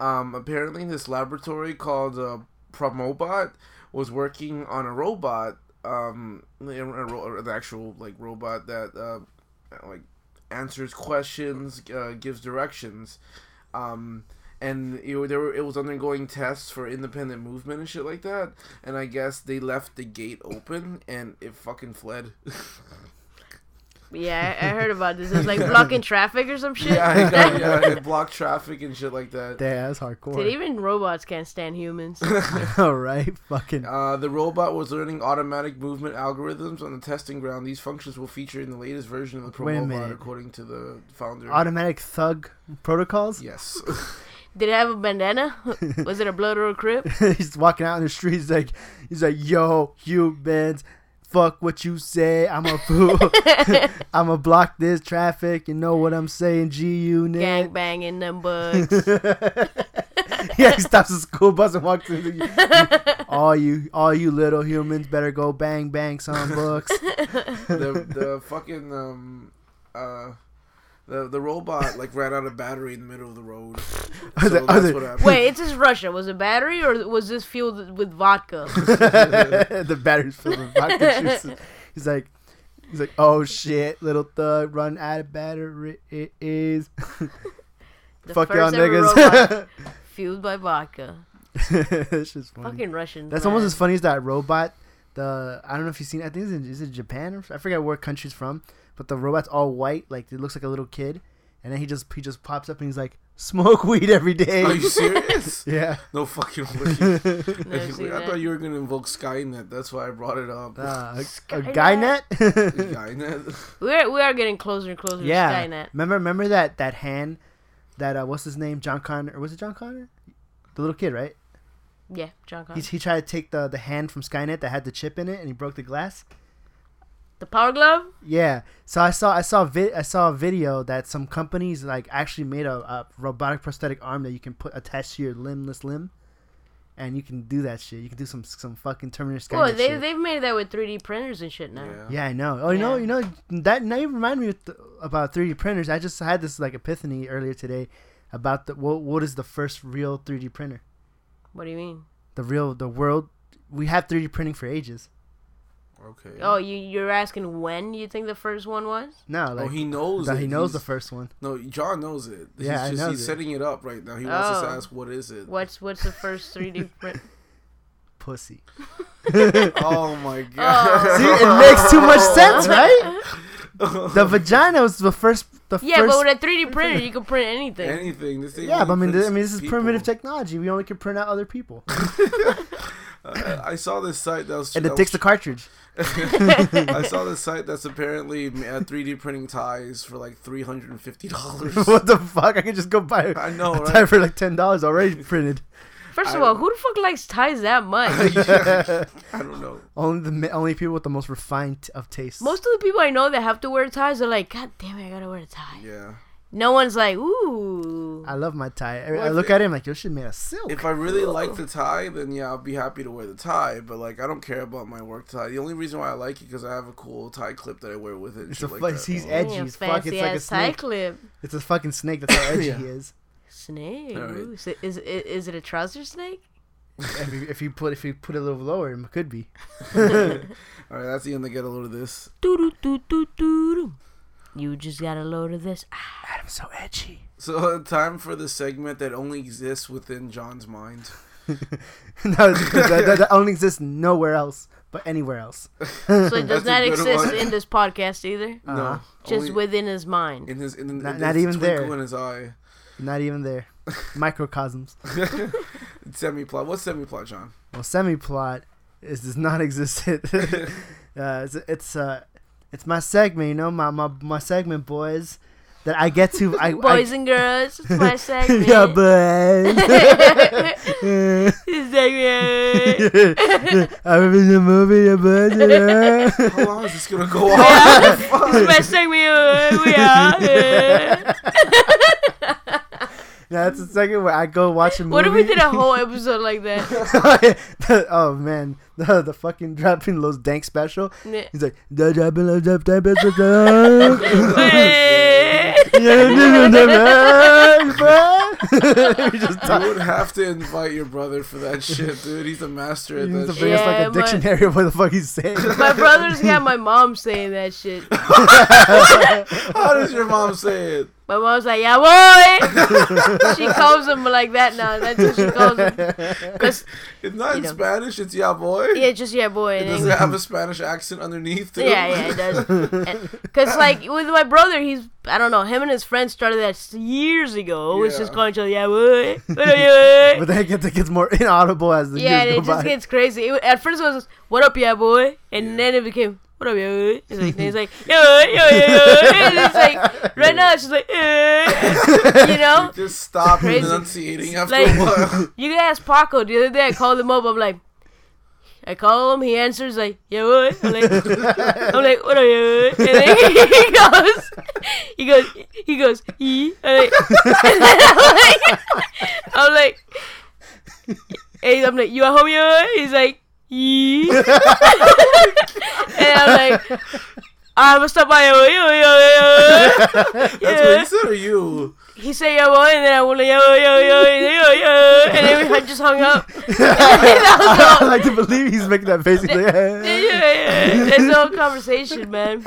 Um, apparently, this laboratory called uh, Promobot was working on a robot, um, a- a ro- the actual like robot that uh, like answers questions, uh, gives directions, um, and it, wa- there were, it was undergoing tests for independent movement and shit like that. And I guess they left the gate open, and it fucking fled. yeah, I, I heard about this. It's like blocking traffic or some shit. yeah, it got, yeah, it blocked traffic and shit like that. Damn, that's hardcore. Dude, even robots can't stand humans. All right, fucking. Uh, the robot was learning automatic movement algorithms on the testing ground. These functions will feature in the latest version of the Wait a Promobot, minute. according to the founder. automatic thug protocols. yes. Did it have a bandana? Was it a blood or a crib? he's walking out in the street. He's like, he's like, yo, humans, fuck what you say. I'm a fool. I'm gonna block this traffic. You know what I'm saying, G Gang unit. banging them bugs. yeah, he stops the school bus and walks in. the- all you, all you little humans, better go bang bang some books. the the fucking um uh the the robot like ran out of battery in the middle of the road. So the- that's the- what happened. Wait, it's just Russia. Was it battery or was this fueled with vodka? the battery's full of vodka juices. He's like, he's like, oh shit, little thug, run out of battery is. The Fuck y'all first ever robot niggas. fueled by vodka. That's just funny. Fucking Russians. That's man. almost as funny as that robot. The I don't know if you've seen. I think it's in, is it Japan? Or, I forget where country's from, but the robot's all white, like it looks like a little kid, and then he just he just pops up and he's like, smoke weed every Are day. you serious? yeah. No fucking way. Never seen I that. thought you were gonna invoke Skynet. That's why I brought it up. Uh, a, a Skynet. guy net. Skynet. We are, we are getting closer and closer yeah. to Skynet. Remember, remember that that hand, that uh, what's his name, John Connor, or was it John Connor? The little kid, right? Yeah, John Connor. He, he tried to take the the hand from Skynet that had the chip in it, and he broke the glass. The power glove? Yeah. So I saw I saw a vi- I saw a video that some companies like actually made a, a robotic prosthetic arm that you can put attached to your limbless limb, and you can do that shit. You can do some some fucking Terminator Skynet Oh, they, shit. they've made that with 3D printers and shit now. Yeah. Yeah, I know. Oh, you know, Yeah. you know that now you remind me of th- about 3D printers. I just had this like epiphany earlier today about the what what is the first real 3D printer? What do you mean? The real the world we have 3D printing for ages. Okay. Oh, you, you're asking when you think the first one was? No, Oh, like he knows. that it. he knows He's- the first one. No, John knows it. He's Yeah, I just, knows he's it. setting it up right now. He wants us to Oh. ask, what is it? What's what's the first 3D print? Pussy. Oh my god. See, it makes too much sense, right? The vagina was the first. The Yeah, first, but with a 3D printer, you can print anything. Anything. This thing yeah, but I mean, prints th- I mean, this is people. primitive technology. We only can print out other people, I- I saw this site that was. and that it takes the cartridge. was- I saw this site that's apparently uh, 3D printing ties for like three hundred and fifty dollars. what the fuck? I can just go buy. I know, a right? tie for like ten dollars already printed. First of I- all, who the fuck likes ties that much? I don't know. Only the mi- only people with the most refined t- of taste. Most of the people I know that have to wear ties are like, God damn it, I gotta wear a tie. Yeah. No one's like, ooh. I love my tie. I, Well, I if look it- at it I'm like, your shit made of silk. If I really like the tie, then yeah, I'll be happy to wear the tie. But like, I don't care about my work tie. The only reason why I like it because I have a cool tie clip that I wear with it. And It's shit a like fun- that. he's Oh. edgy Damn, as fuck. It's fancy like a ass tie snake. clip. It's a fucking snake. That's how edgy Yeah. he is. Snake. All right. ooh. Is, it, is, it- is it a trouser snake? If you, if you put if you put it a little lower, it could be. All right, that's the end. They get a load of this. Doo doo doo doo doo. You just got a load of this. Ah, Adam, so edgy. So time for the segment that only exists within John's mind. no, that, that, that only exists nowhere else, but anywhere else. So it does That's a not good exist one. in this podcast either. Uh-huh. No, Just only within his mind. in his in, in Not- his not even there. twinkle in his eye. Not even there. Microcosms. Semi plot. What's semi plot, John? Well, semi-plot is does not exist. uh, it's it's uh, it's my segment, you know, my my, my segment, boys, that I get to. I, Boys I, and girls, it's my segment. yeah, boys. This segment. I'm in the movie, the boys. you know? How long is this gonna go on? It's my segment. We are. Now, that's the second where I go watch a movie. What if we did a whole episode like that? oh man, the, the fucking dropping Los Dank special. He's like, "Da- da- ba- la- da- da- ba- da- da." Yeah, da- da- da- da- da. We just You talk- would have to invite your brother for that shit, dude. He's a master at He's that the shit. biggest like Yeah, a but- dictionary of what the fuck he's saying. My brother's got my mom saying that shit. How does your mom say it? My mom's like, yeah, boy. she calls him like that now. That's what she calls him. Cause It's not in You know. Spanish. It's yeah, boy. yeah, just yeah, boy. It And doesn't have a Spanish accent underneath. Too. Yeah, yeah, it does. Because, like, with my brother, he's, I don't know, him and his friends started that s- years ago. Always Yeah. just calling each other, yeah, boy. What up, yeah, boy?" But then it gets, it gets more inaudible as the yeah, and years go it by. just gets crazy. It, wa- at first, it was, what up, yeah, boy? And Yeah. then it became, what up, yeah, boy? It's like, then it's like, yeah, boy, yeah, yeah, boy. And it's like, right now, it's just like, eh. you know? Just stop Crazy. enunciating after Like- a while. You can ask Paco. The other day, I called him up. I'm like, I call him. He answers like, yeah, what? I'm like, I'm like what are you? And then he goes, he goes, he goes, he. I'm like, I'm like, I'm like, hey, I'm like, you at home, yeah? He's like, yeah. and I'm like, "Ah, I'm gonna stop by, yeah, yeah, yeah, That's what he said, or you? he said yo boy, and then I went like, yo yo yo yo yo, and then I just hung up. that I was all. like to believe he's making that face. He's like, That's the whole conversation, man.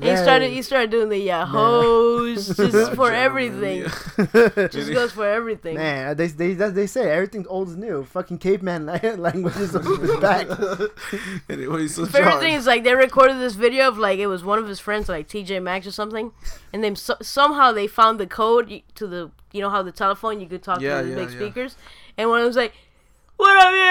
He Yeah. started. He started doing the yeah hoes just for everything. Just goes for everything. Man, they they that- they say everything's old is new. Fucking caveman la- language is moving back. anyway, so Favorite John, thing is like they recorded this video of like it was one of his friends like TJ Maxx or something, and then so- somehow they found the code y- to the you know how the telephone you could talk Yeah, to the yeah, big yeah. speakers, and one of them's like, "What up, you?"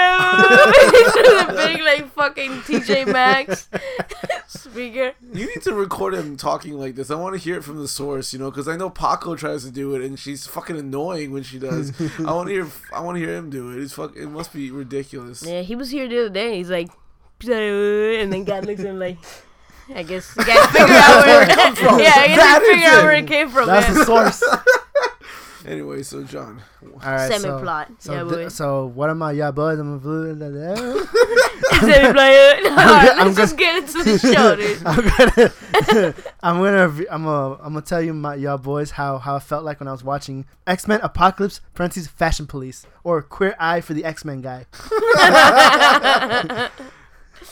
to the big like fucking TJ Maxx speaker. you need to record him talking like this. I want to hear it from the source, you know, because I know Paco tries to do it, and she's fucking annoying when she does. I want to hear. I want to hear him do it. It's fuck. It must be ridiculous. Yeah, he was here the other day. He's like, and then God looks at him like. I guess you gotta figure out where it came from. Yeah, I That gotta is figure out it. where it came from. That's the man. source. Anyway, so John, All right, so- Semi-plot. So, yeah, thi- boy. so what am I? Yeah, boys. I'm a blue. blah, blah, blah. Semi-plot. All right, let's I'm just get into the show, dude. I'm gonna, I'm gonna, re- I'm gonna, I'm gonna tell you, my y'all boys, how how I felt like when I was watching X Men Apocalypse (Parentheses Fashion Police) or Queer Eye for the X Men guy.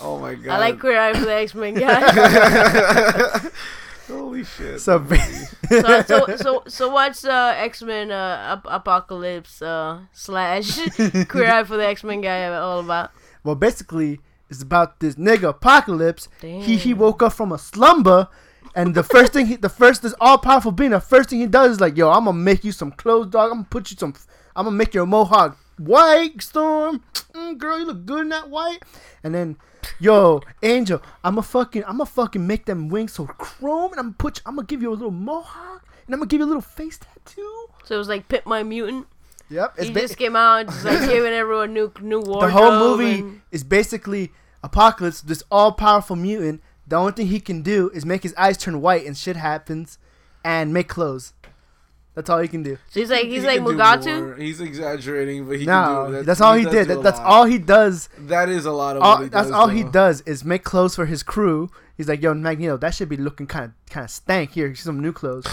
oh my god, I like Queer Eye for the X Men guy. Holy shit. So, ba- so, so, so, so watch uh, X Men uh, Ap- Apocalypse uh, slash Queer Eye for the X Men guy. All about. well, basically, it's about this nigga Apocalypse. He he Damn. woke up from a slumber, and the first thing he, the first this all powerful being, the first thing he does is like, yo, I'm gonna make you some clothes, dog. I'm gonna put you some. I'm gonna make your mohawk white, Storm. Mm, girl, you look good in that white. And then, yo, Angel, I'm a fucking, I'm a fucking make them wings so chrome, and I'm gonna put, you, I'm gonna give you a little mohawk, and I'm gonna give you a little face tattoo. So it was like Pit My Mutant. Yep. It's he ba- just came out, just like giving everyone new new the wardrobe. whole movie and- is basically Apocalypse, this all powerful mutant. The only thing he can do is make his eyes turn white and shit happens and make clothes. That's all he can do. so he's like he's He like could do Mugatu. more. He's exaggerating, but he can no, do that's, that. all he, does did. do a That, that's lot. all he does. That is a lot of. All, what he that's does, all he though. does is make clothes for his crew. He's like, yo, Magneto, that should be looking kind of kind of stank. Here, here's some new clothes.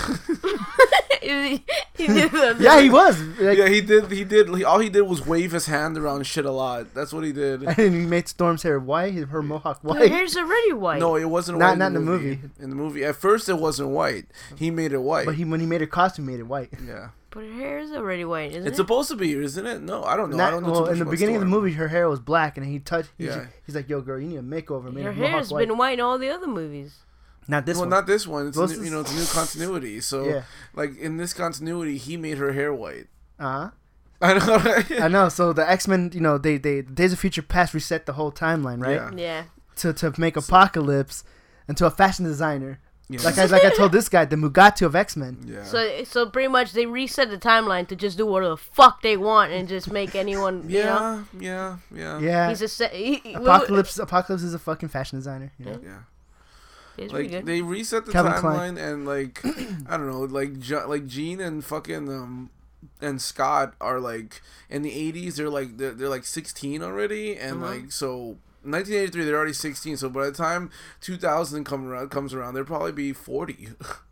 he did that. yeah, he was. Like, Yeah, he did. He did. He, all he did was wave his hand around shit a lot. That's what he did. And he made Storm's hair white, her mohawk Her white. hair's already white. No, it wasn't Not- white. not in the movie. In the movie, at first it wasn't white. He made it white. But he, when he made her costume, he made it white. yeah, but her hair is already white, isn't it's it? supposed to be, isn't it? No, I don't know. I Not, don't know. well, too much in the about beginning of the Storm. movie, her hair was black, and he touched. He's, Yeah. he's like, "Yo, girl, you need a makeover." Made her her mohawk hair's white. been white in all the other movies. Not this Well, one. not this one. It's a Well, new, this you know, it's a new continuity. So, Yeah. like in this continuity, he made her hair white. uh-huh. I know. right? I know. So the X Men, you know, they they Days of Future Past reset the whole timeline, right? Yeah. Yeah. To to make Apocalypse into a fashion designer. Yeah. Like I like I told this guy, the Mugatu of X Men. yeah. So so pretty much they reset the timeline to just do whatever the fuck they want and just make anyone. You know? yeah, yeah, yeah, Yeah. He's a se- he, he- Apocalypse Apocalypse is a fucking fashion designer. You know? yeah. It's pretty Like good. they reset the Calvin timeline Klein. and like I don't know, like jo- like Gene and fucking um and Scott are like in the 80s they're like they're, they're like 16 already and Uh-huh. like so 1983 they're already 16 so by the time 2000 come around comes around they'll probably be 40.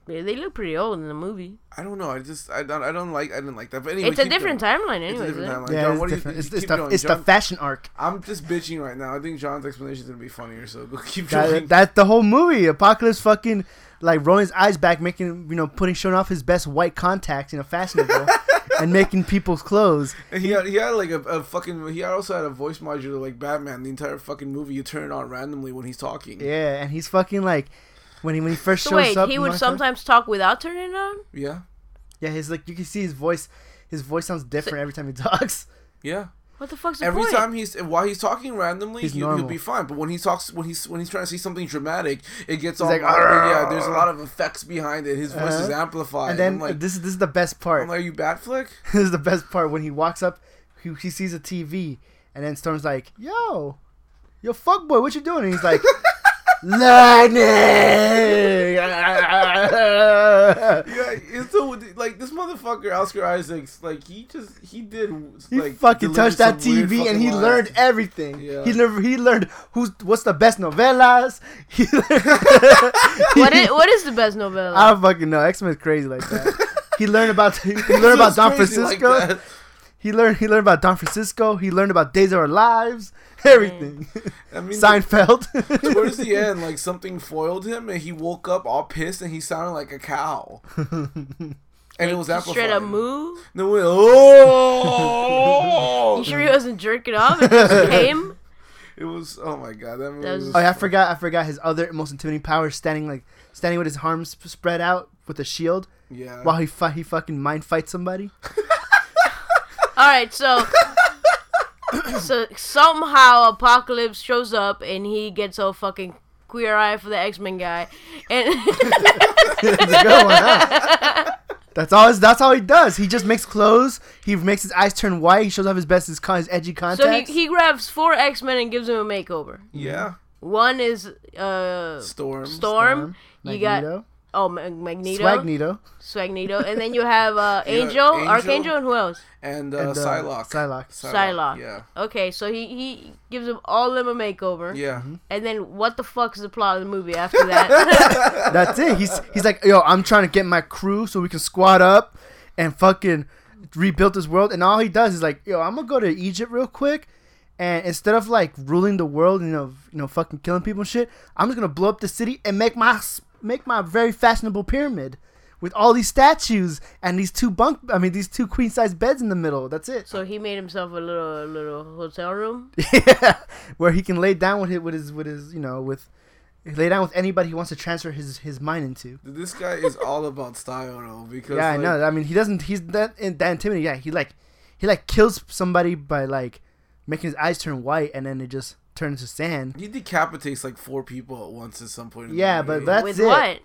Yeah, they look pretty old in the movie. I don't know. I just I don't I don't like I didn't like that. But anyway, It's a keep different going. timeline, It's a anyway. different timeline. Yeah, John, what it's do you different. think? It's, it's, Keep the, going, it's the John. fashion arc. I'm just bitching right now. I think John's explanation is gonna be funnier. So go keep going. That, that's the whole movie. Apocalypse fucking like rolling his eyes back, making you know, putting showing off his best white contacts, you know, fashionable, and making people's clothes. And he had, he had like a, a fucking he also had a voice modulator like Batman the entire fucking movie you turn it on randomly when he's talking yeah, Yeah, and he's fucking like when he when he first So shows wait, up. he you would wanna come- sometimes talk without turning it on. yeah Yeah, he's like you can see his voice. His voice sounds different every time he talks. What the fuck's the every point? time he's while he's talking randomly He's you, you'll normal. be fine but when he talks when he's when he's trying to say something dramatic it gets all like, yeah there's a lot of effects behind it his voice is Uh-huh. amplified And then I'm like, this is this is the best part. I'm like are you Batfleck this is the best part when he walks up, he, he sees a TV, and then Storm's like, "Yo, yo, fuck boy, what you doing?" And he's like, "Lightning." yeah it's so like this motherfucker Oscar Isaacs like he just he did He like fucking delivered touched that some weird TV and fucking he lines. learned everything. Yeah. He learned he learned who's what's the best novellas. He what is what is the best novella? I don't fucking know. X Men's crazy like that. he learned about he learned about It's Don crazy like Francisco. that. he learned he learned about Don Francisco. He learned about Days of Our Lives. Everything. I mean the- Seinfeld. towards the end, like something foiled him, and he woke up all pissed, and he sounded like a cow. And it was Just amplified. straight up moo. No way. Oh! You sure he Mm-hmm. wasn't jerking off? It just came. it was. Oh my god, that movie. That was was oh, yeah, I forgot. I forgot his other most intimidating power: is standing like standing with his arms sp- spread out with a shield yeah. while he fi- he fucking mind fights somebody. All right, so so somehow Apocalypse shows up and he gets all fucking queer eye for the X Men guy, and That's a good one, huh? "Oh, That's all. That's all he does. He just makes clothes. He makes his eyes turn white. He shows off his best, his, con- his edgy so he, contacts. he grabs four X Men and gives him a makeover. yeah. One is uh Storm. Storm. You got oh Mag- Magneto, Swagnito, Swagnito, and then you have uh, got Angel, Angel. Archangel, and who else? and, uh, and, uh, Psylocke. Psylocke. Psylocke. Yeah. Okay, so he he gives them all them a makeover, Yeah. Mm-hmm. and then what the fuck is the plot of the movie after that? That's it. He's he's like, yo, I'm trying to get my crew so we can squat up and fucking rebuild this world. And all he does is like, yo, I'm gonna go to Egypt real quick. And instead of like ruling the world, you know, you know, fucking killing people and shit, I'm just gonna blow up the city and make my s- make my very fashionable pyramid with all these statues and these two bunk, I mean, these two queen size beds in the middle. That's it. so he made himself a little a little hotel room. yeah, where he can lay down with his with his with his you know with lay down with anybody he wants to transfer his his mind into. This guy is all about style, though, because Yeah, like, I know. I mean, he doesn't. He's that in, that intimidating. Yeah, he like he like kills somebody by like making his eyes turn white, and then it just turn into sand. He decapitates like four people at once at some point. in the Yeah, movie. but that's with it. what?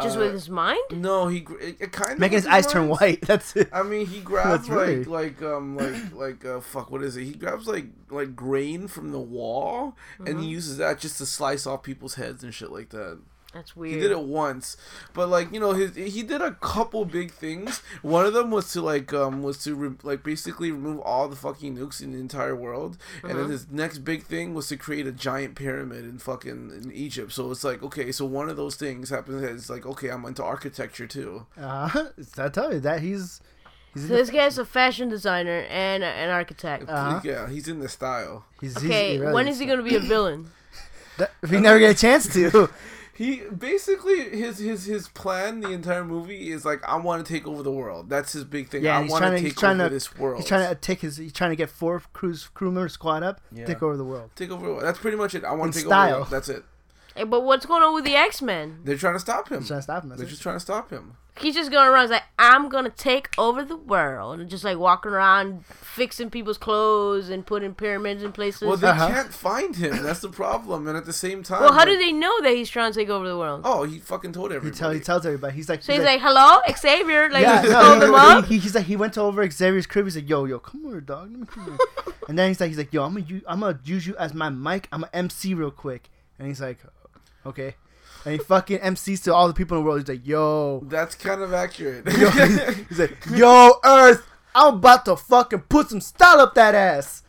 Just Uh, with his mind? no, he gr- it, it kind of Making his eyes turn white. That's it. I mean, he That's grabs really- like like um like like uh fuck what is it? He grabs like like grain from the wall Mm-hmm. and he uses that just to slice off people's heads and shit like that. That's He weird. did it once, but like you know, his he did a couple big things. One of them was to like um was to re- like basically remove all the fucking nukes in the entire world, and Mm-hmm. then his next big thing was to create a giant pyramid in fucking in Egypt. So it's like okay, so one of those things happens. and It's like okay, I'm into architecture too. Uh, I tell you that he's he's in So the, this guy's a fashion designer and an Uh, architect. Uh-huh. Yeah, he's in the style. he's, he's- okay, really when is he gonna be a villain? That, if he never get a chance to. He basically his his his plan the entire movie is like I want to take over the world. That's his big thing. Yeah, I and he's want trying to to- he's take trying over to- this world. He's trying to take his. He's trying to get four crews crew members squad up, Yeah. take over the world. take over. the world. That's pretty much it. I want In to take over. style. the world. That's it. Hey, but what's going on with the X Men? They're trying to stop him. He's trying to stop him. that's They're it. just trying to stop him. He's just gonna run. He's like, I'm gonna take over the world, and just like walking around fixing people's clothes and putting pyramids in places. Well, Well, they Uh-huh. can't find him. That's the problem. And at the same time, how do like- they know that he's trying to take over the world? Oh, he fucking told everybody. He, tell, he tells everybody. He's like. so he's like, "Hello, Xavier," like yeah, just no, called he- him up. He, he's like he went to over Xavier's crib. He's like, yo, yo, come here, dog. Let me come here. and then he's like, he's like, yo, I'm gonna, u- I'm gonna use you as my mic. I'm gonna MC real quick. And he's like, okay. And he fucking MCs to all the people in the world. He's like, yo, That's kind of accurate. Yo, he's like, yo, Earth, I'm about to fucking put some style up that ass.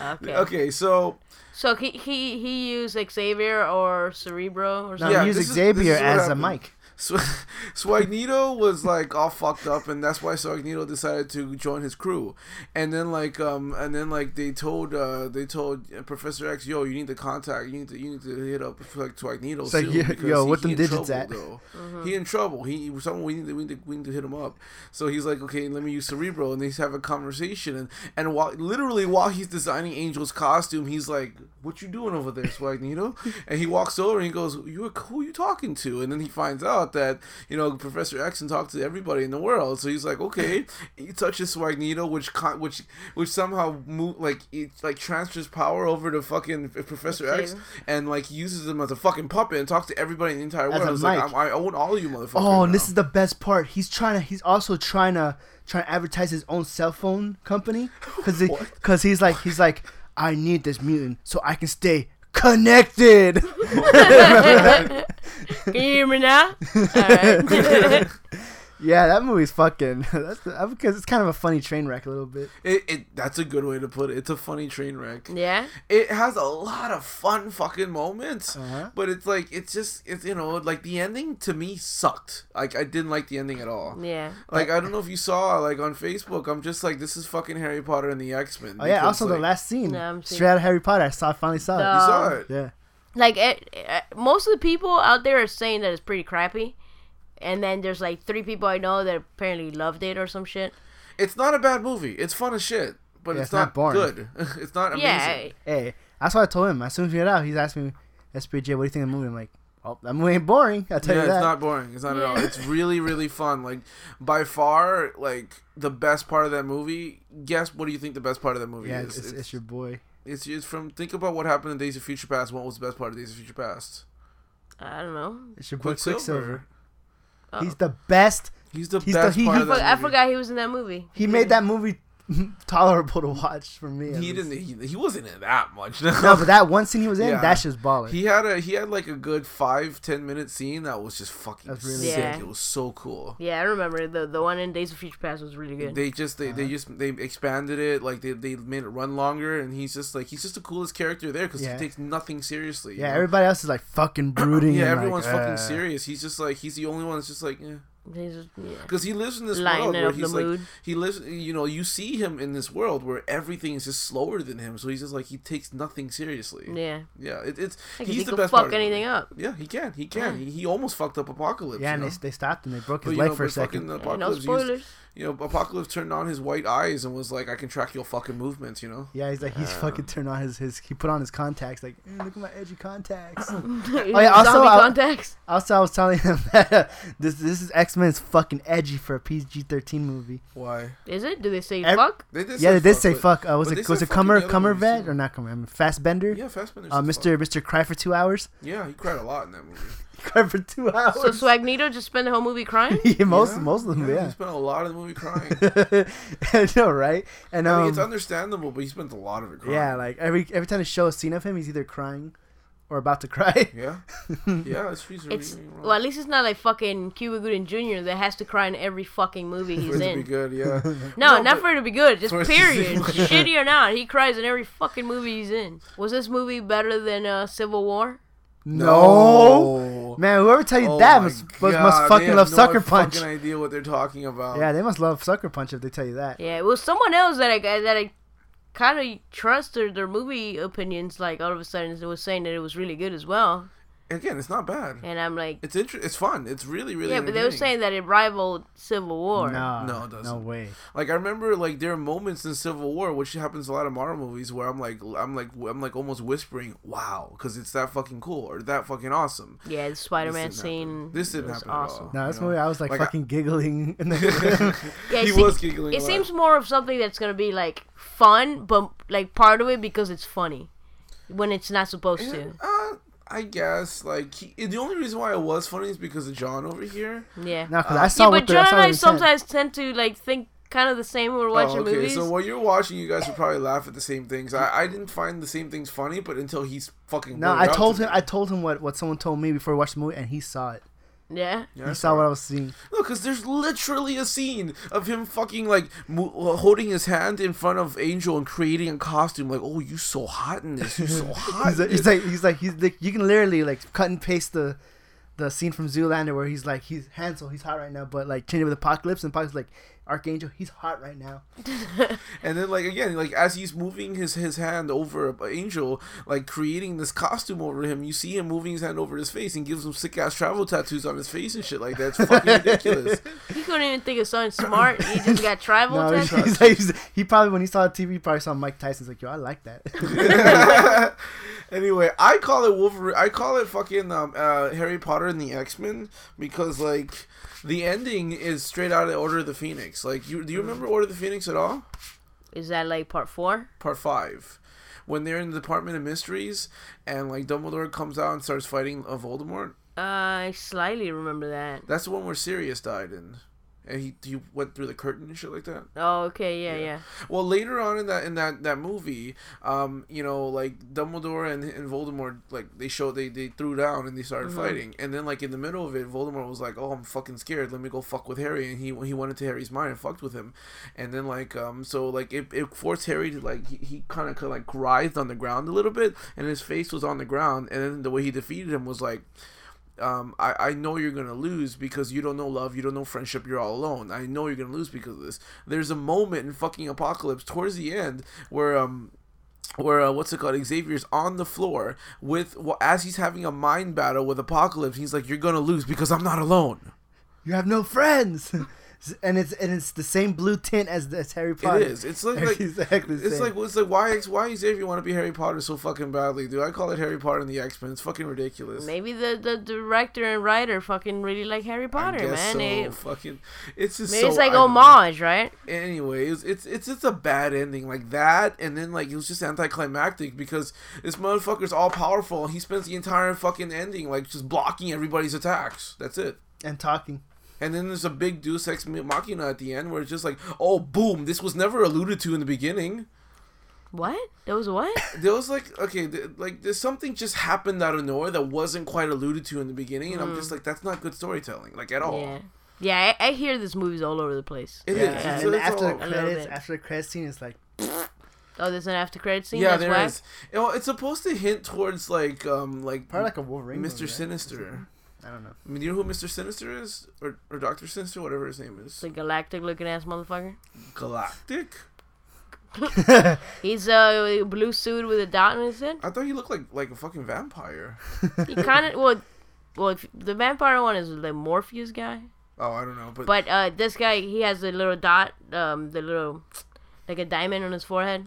Okay. okay, so So he he he used Xavier or Cerebro or Now something. Yeah, use this is- Xavier this is what as happened. a mic. Sw- Swagnito was like all fucked up, and that's why Swagnito decided to join his crew. And then like um, and then like they told uh they told Professor X, yo, you need to contact, you need to you need to hit up like Swagnito So, soon yo- because yo, he- what he them in digits trouble, at?" though. Uh-huh. He in trouble. He someone we need to we need to, we need to hit him up. So he's like, okay, let me use Cerebro, and they have a conversation. And and while literally while he's designing Angel's costume, he's like, what you doing over there, Swagnito? and he walks over and he goes, you who you talking to? And then he finds out that you know Professor X and talked to everybody in the world. So he's like, okay, he touches Swagnito, which con- which which somehow move like it like transfers power over to fucking Professor X, Xavier. and like uses him as a fucking puppet and talks to everybody in the entire As world. a It's like, mic. I'm, I own all you motherfuckers. Oh, now. and this is the best part. He's trying to. He's also trying to trying to advertise his own cell phone company because because he's like he's like I need this mutant so I can stay connected. Can you hear me now? All right. yeah, that movie's fucking. That's because it's kind of a funny train wreck a little bit. It, it that's a good way to put it. It's a funny train wreck. yeah. It has a lot of fun fucking moments, Uh-huh. but it's like it's just it's you know like the ending to me sucked. Like I didn't like the ending at all. Yeah. Like I don't know if you saw like on Facebook. I'm just like this is fucking Harry Potter and the X Men. Oh yeah, also the Uh, last scene, No, I'm straight seeing- out of Harry Potter. I saw finally saw No. You it. saw Um, it. Yeah, like it, it, most of the people out there are saying that it's pretty crappy and then there's like three people i know that apparently loved it or some shit It's not a bad movie. It's fun as shit, but Yeah, it's, it's not, not boring. good. it's not amazing. yeah hey, that's what I told him. As soon as we got out, he's asking me, "SPJ, what do you think of the movie?" I'm like, "Oh, that movie ain't boring." I will tell yeah, you it's that. not boring. It's not at all. It's really, really fun. Like by far, like the best part of that movie. Guess what do you think the best part of that movie yeah, is? it's, it's, it's your boy. it's, it's from think about what happened in Days of Future Past. What was the best part of Days of Future Past? i don't know It's your boy Quicksilver. Quicksilver. Oh. He's the best. He's the He's the- best he- part he of Fuck, that i movie. forgot he was in that movie He made that movie tolerable to watch for me. at He least. didn't. He, he wasn't in that much. No, No, but that one scene he was in, Yeah. that's just baller. He had a he had like a good five ten minute scene that was just fucking That's really sick. Yeah. It was so cool. yeah i remember the the one in days of future past was really good They just they, they Uh-huh. just they expanded it like they, they made it run longer and he's just like he's just the coolest character there because Yeah. he takes nothing seriously. you yeah, know? everybody else is like fucking brooding. yeah, and, like, everyone's fucking uh, serious. He's just like he's the only one that's just like yeah. Days of- yeah. Because he lives in this Lightening world where up the he's like, mood. he lives, you know, you see him in this world where everything is just slower than him. So he's just like, he takes nothing seriously. yeah Yeah, it, it's, Like, he's he the could best fuck part of the anything movie. up. Yeah, he can. He can. He, he almost fucked up Apocalypse. Yeah, Yeah, and you know? they, they stopped him. They broke But, his you leg know, for a but fucking second. Hey, no Apocalypse used- spoilers you know, Apocalypse turned on his white eyes and was like, I can track your fucking movements, you know? Yeah, he's like he's fucking turned on his his. He put on his contacts. Like, "Mm, look at my edgy contacts. oh, yeah, also, zombie I- contacts Also, I was telling him that uh, this this is X man's fucking edgy for a PG thirteen movie. Why? Is it? Do they say Ev- fuck? They did yeah, they did say but- fuck. Uh, was but they it said was it fuck in the Cummer other movies, Cummerbet too. or not Cummer? Fastbender. Yeah, Fassbender. uh, Mr. Mr. Cry for two hours. Yeah, he cried a lot in that movie. Cry for two hours. So Swagnito just spent the whole movie crying? yeah, most Yeah, most of them, He yeah. spent a lot of the movie crying. I know, right? And I um, mean, it's understandable, but he spent a lot of it crying. yeah, like every every time they show a scene of him, he's either crying or about to cry. yeah, yeah. It's he's really, It's really wrong. well, at least it's not like fucking Cuba Gooding Jr. that has to cry in every fucking movie for he's it to be in. good. Yeah, No, No, not but- for it to be good. Just for it to be period. good. Shitty or not, he cries in every fucking movie he's in. Was this movie better than uh, Civil War? No, man, whoever tell you Oh that my must must, God, must they fucking have love no Sucker Punch. Fucking idea what they're talking about. Yeah, they must love Sucker Punch if they tell you that. Yeah, it was someone else that I that I kind of trust their, their movie opinions. Like all of a sudden, it was saying that it was really good as well, Again, it's not bad. and I'm like, It's inter- It's fun. It's really, really. yeah, but they were entertaining. saying that it rivaled Civil War. No, No, it no doesn't. way. Like I remember, like there are moments in Civil War, which happens a lot of Marvel movies, where I'm like, I'm like, I'm like almost whispering, "Wow," because it's that fucking cool or that fucking awesome. Yeah, the Spider-Man This didn't happen. scene. This didn't was happen. at awesome. all, No, you this know? movie I was like, Like, I- fucking giggling. And then- Yeah, it he se- was giggling. It a lot. seems more of something that's gonna be like fun, but like part of it because it's funny, when it's not supposed to. Uh, I guess like he, the only reason why it was funny is because of John over here. Yeah. no, 'cause I saw yeah, what but the, John I saw and what I they said. sometimes tend to like think kind of the same when we're watching Oh, okay. movies. So while you're watching, you guys would probably laugh at the same things. I, I didn't find the same things funny, but until he's fucking. No, blurted I out told to him. me. I told him what, what someone told me before we watched the movie, and he saw it. yeah. Yeah, he saw what I was seeing. No, because there's literally a scene of him fucking like mo- uh, holding his hand in front of Angel and creating a costume. Like, oh, you so hot in this. You so hot. He's in like, he's this." like, he's like, he's like, you can literally like cut and paste the, the scene from Zoolander where he's like, he's Hansel, he's hot right now, but like change it with Apocalypse, and Apocalypse is like, Archangel, he's hot right now. and then like again, like as he's moving his his hand over uh, Angel, like creating this costume over him. You see him moving his hand over his face and gives him sick ass travel tattoos on his face and shit like that. It's fucking ridiculous. He couldn't even think of something smart. He just got travel No, he's, tattoos. he's like, he's- he probably when he saw the TV, he probably saw Mike Tyson's like, yo, I like that. anyway, I call it Wolverine. I call it fucking um, uh, Harry Potter and the X Men because like the ending is straight out of Order of the Phoenix. Like, you do you remember Order of the Phoenix at all? Is that like part four? Part five. When they're in the Department of Mysteries, and like Dumbledore comes out and starts fighting uh, Voldemort, Uh, I slightly remember that. that's the one where Sirius died in, and he he went through the curtain and shit like that. Oh, okay, yeah, yeah. Well, later on in that in that that movie, um, you know, like Dumbledore and, and Voldemort, like they showed they they threw down and they started fighting, and then like in the middle of it, Voldemort was like, "Oh, I'm fucking scared. Let me go fuck with Harry," and he he went into Harry's mind and fucked with him, and then like um, so like it, it forced Harry to like he, he kind of like writhed on the ground a little bit, and his face was on the ground, and then the way he defeated him was like um, I, I know you're gonna lose because you don't know love, you don't know friendship, you're all alone. I know you're gonna lose because of this. There's a moment in fucking Apocalypse towards the end where um where uh, what's it called? Xavier's on the floor with well, as he's having a mind battle with Apocalypse. He's like, "You're gonna lose because I'm not alone." you have no friends, and it's and it's the same blue tint as, as Harry Potter. It is. It's like, like Exactly the It's same. like it's like why why Xavier want to be Harry Potter so fucking badly, dude? I call it Harry Potter and the X Men. It's fucking ridiculous. Maybe the, the director and writer fucking really like Harry I Potter, guess man. so. They- Fucking, it's just maybe so it's like "Oh, I don't know. homage, right? anyways, it's it's it's a bad ending like that, and then like it was just anticlimactic because this motherfucker's all powerful. And he spends the entire fucking ending like just blocking everybody's attacks. That's it. and talking. And then there's a big Deus Ex Machina at the end where it's just like, oh, boom, this was never alluded to in the beginning. What? That was what? There was like, okay, th- like there's something just happened out of nowhere that wasn't quite alluded to in the beginning, and I'm just like, that's not good storytelling, like at all. Yeah. Yeah, I, I hear this movie's all over the place. It is. Yeah, It's- and it's after the all- A little credits, bit. after the credits scene, it's like Oh, there's an after credit scene. Yeah, That's there why. is. You know, it's supposed to hint towards like, um, like probably like a Wolverine. Mr. movie, right? Sinister. I don't know. I mean, do you know who Mr. Sinister is? Or, or Dr. Sinister, whatever his name is. It's a galactic looking ass motherfucker. Galactic? He's a blue suit with a dot on his head. I thought he looked like like a fucking vampire. He kind of well, well, if- the vampire one is the Morpheus guy, Oh, I don't know. But, but uh, this guy he has a little dot, um, the little like a diamond on his forehead.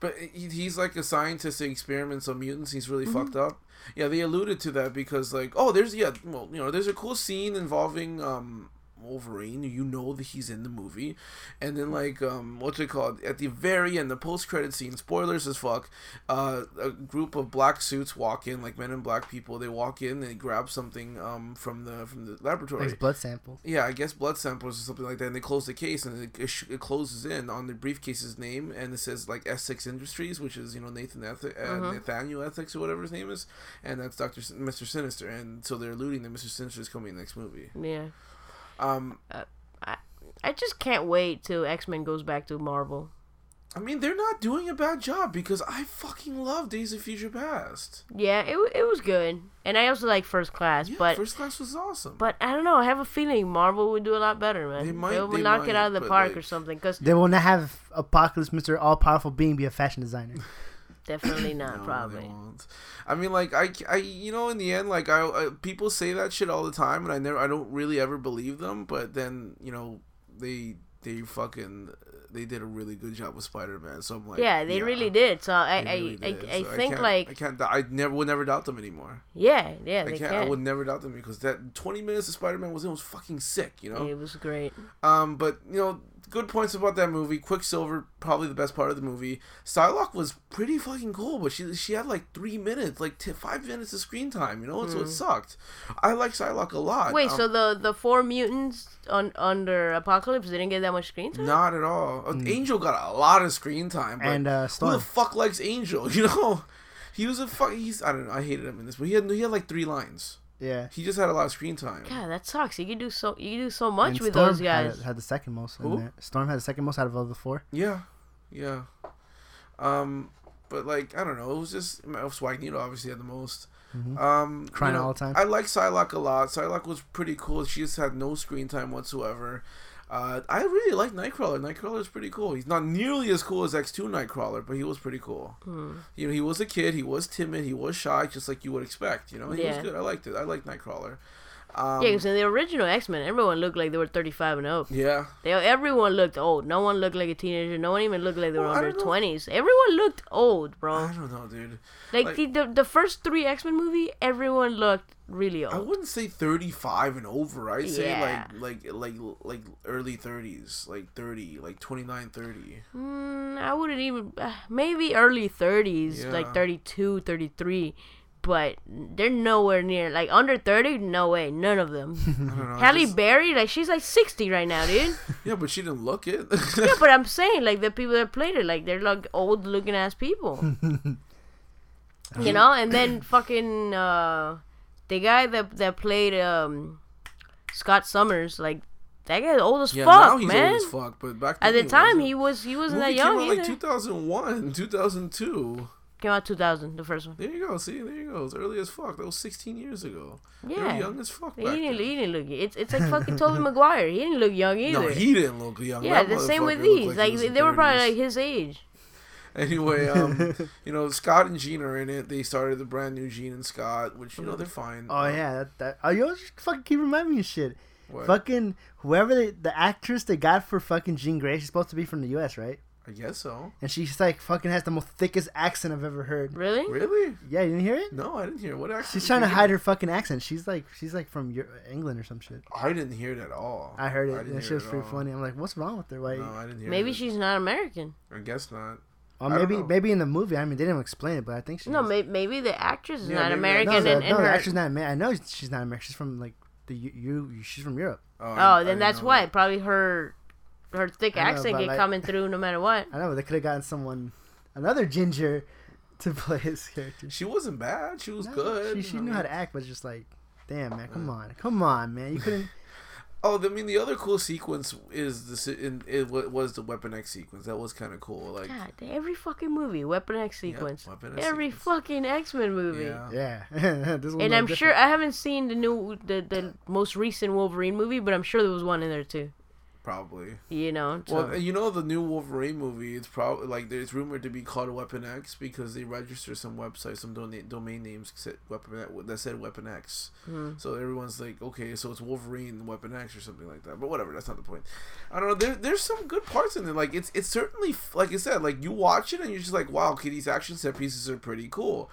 but he, he's like a scientist that experiments on mutants. He's really fucked up. Yeah, they alluded to that because like, oh, there's yeah, well, you know, there's a cool scene involving um Wolverine, you know that he's in the movie, and then like um, what's it called? At the very end, the post credit scene, spoilers as fuck. Uh, a group of black suits walk in, like men in black people. They walk in, they grab something um from the from the laboratory. Like blood sample. Yeah, I guess blood samples or something like that. And they close the case, and it, it, sh- it closes in on the briefcase's name, and it says like Essex Industries, which is you know Nathan Eth- uh, Nathaniel Ethics or whatever his name is, and that's Doctor Sin- Mister Sinister, and so they're alluding that Mister Sinister is coming in the next movie. Yeah. Uh, Um, I just can't wait till X Men goes back to Marvel. I mean they're not doing a bad job because I fucking love Days of Future Past. Yeah, it wa- it was good, and I also like First Class, Yeah, but First Class was awesome. but I don't know. I have a feeling Marvel would do a lot better, man. They They, might- would they knock might, it out of the but, park or like- something, because They will not have Apocalypse, Mister All Powerful Being, be a fashion designer. definitely not, No, they probably. won't. I mean, like I, I, you know, in the end, like I, I, people say that shit all the time, and I never, I don't really ever believe them. But then, you know, they, they fucking, they did a really good job with Spider Man. So I'm like, Yeah, they really did. So I they I, really I, did. I, So think can't- like I can't, I never would never doubt them anymore. yeah yeah I they can't, can. I would never doubt them because that 20 minutes of Spider Man was in was fucking sick, you know. It was great. Um, but you know, good points about that movie. Quicksilver, probably the best part of the movie. Psylocke was pretty fucking cool, but she she had like three minutes, like t- five minutes of screen time. You know, and so Hmm. it sucked. I like Psylocke a lot. Wait, Um, so the the four mutants on under Apocalypse didn't get that much screen time? not at all. Uh, Angel got a lot of screen time, but Hmm. And, uh, who Storm. the fuck likes Angel? You know, he was a fuck. He's I don't know. I hated him in this, but he had he had like three lines. Yeah. He just had a lot of screen time. God, that sucks. You can do so you can do so much And with Storm those had- guys. Had, the second most. in Who? there. Storm had the second most out of all the four. Yeah, yeah. Um, but like I don't know, it was just Swagnito obviously had the most. Um, you Mm-hmm. Crying know, all the time. I like Psylocke a lot. Psylocke was pretty cool. She just had no screen time whatsoever. Uh, I really like Nightcrawler. Nightcrawler is pretty cool. He's not nearly as cool as X Two Nightcrawler, but he was pretty cool. Hmm. You know, he was a kid. He was timid. He was shy, just like you would expect. You know, he was Yeah. good. I liked it. I liked Nightcrawler. Yeah, Um, 'cause yeah, because in the original X Men, everyone looked like they were thirty five and up. Yeah, They everyone looked old. No one looked like a teenager. No one even looked like they were Well, I under don't know. twenties. Everyone looked old, bro. I don't know, dude. Like, like- the, the the first three X Men movie, everyone looked really I old. wouldn't say 35 and over. I'd say Yeah. like like like like early 30s, like 30, like 29, 30. Mm, I wouldn't even uh, maybe early thirties, Yeah. like 32, 33. But they're nowhere near like under thirty. No way, none of them. I don't know. I Halle just- Berry, like she's like sixty right now, dude. yeah, but she didn't look it. yeah, but I'm saying like the people that played it, like they're like old looking ass people. you know, and then fucking uh the guy that that played um Scott Summers, like that guy's old as yeah, now fuck, he's man. old as fuck, but back At then the time wasn't. he was he wasn't Movie that young came out either. like 2001, 2002. Came out two thousand, the first one. There you go. See, there you go. It's early as fuck. That was 16 years ago. They were Yeah. young as fuck He back didn't, then. he didn't look. It's it's like fucking Tobey Maguire. He didn't look young either. No, he didn't look young. yeah, That the same with motherfucker looked these. he Like, was they in were 30s. probably like his age. Anyway, um, you know, Scott and Gene are in it. They started the brand new Gene and Scott, which you know they're fine. Oh yeah, that, that oh, you always fucking keep reminding me of shit. What? Fucking whoever they, the actress they got for fucking Jean Grey, she's supposed to be from the U.S. right? I guess so. And she's like fucking has the most thickest accent I've ever heard. Really? Really? Yeah, you didn't hear it? No, I didn't hear. What accent? She's trying to hide her fucking accent. She's like she's like from Eu- England or some shit. I didn't hear it at all. I heard it. didn't That hear shit was at pretty all. funny. I'm like, what's wrong with her? Why? No, I didn't hear. Maybe it. she's not American. I guess not. or I don't maybe know. maybe in the movie. I mean, they didn't explain it, but I think she. No, was- may- maybe the actress is Yeah, not maybe American. no, that's- and, the, and no, the her... actress not American. I know she's not American. She's from like the you. you she's from Europe. I- Oh, I then didn't that's know why that. probably her her thick I know, accent but get like- coming through no matter what. I know, but they could have gotten someone, another ginger, to play his character. She wasn't bad. She was No, good. She, she knew how to act, but just like, damn man, come on, come on, man, you couldn't. Oh, I mean, the other cool sequence is the se- in, it wa- was the Weapon X sequence. That was kind of cool. Like, God, every fucking movie, Weapon X sequence, Weapon X every sequence. fucking X Men movie. yeah. yeah, this one. And I'm sure I haven't seen the new the, the most recent Wolverine movie, but I'm sure there was one in there too. probably. You know, so- Well, you know the new Wolverine movie. It's probably like there's rumored to be called Weapon X because they register some websites, some dona- domain names said Weapon that said Weapon X. So everyone's like, okay, so it's Wolverine Weapon X or something like that. But whatever, that's not the point. I don't know. There, there's some good parts in it. Like it's it's certainly f- like I said, like you watch it and you're just like, wow, okay, these action set pieces are pretty cool.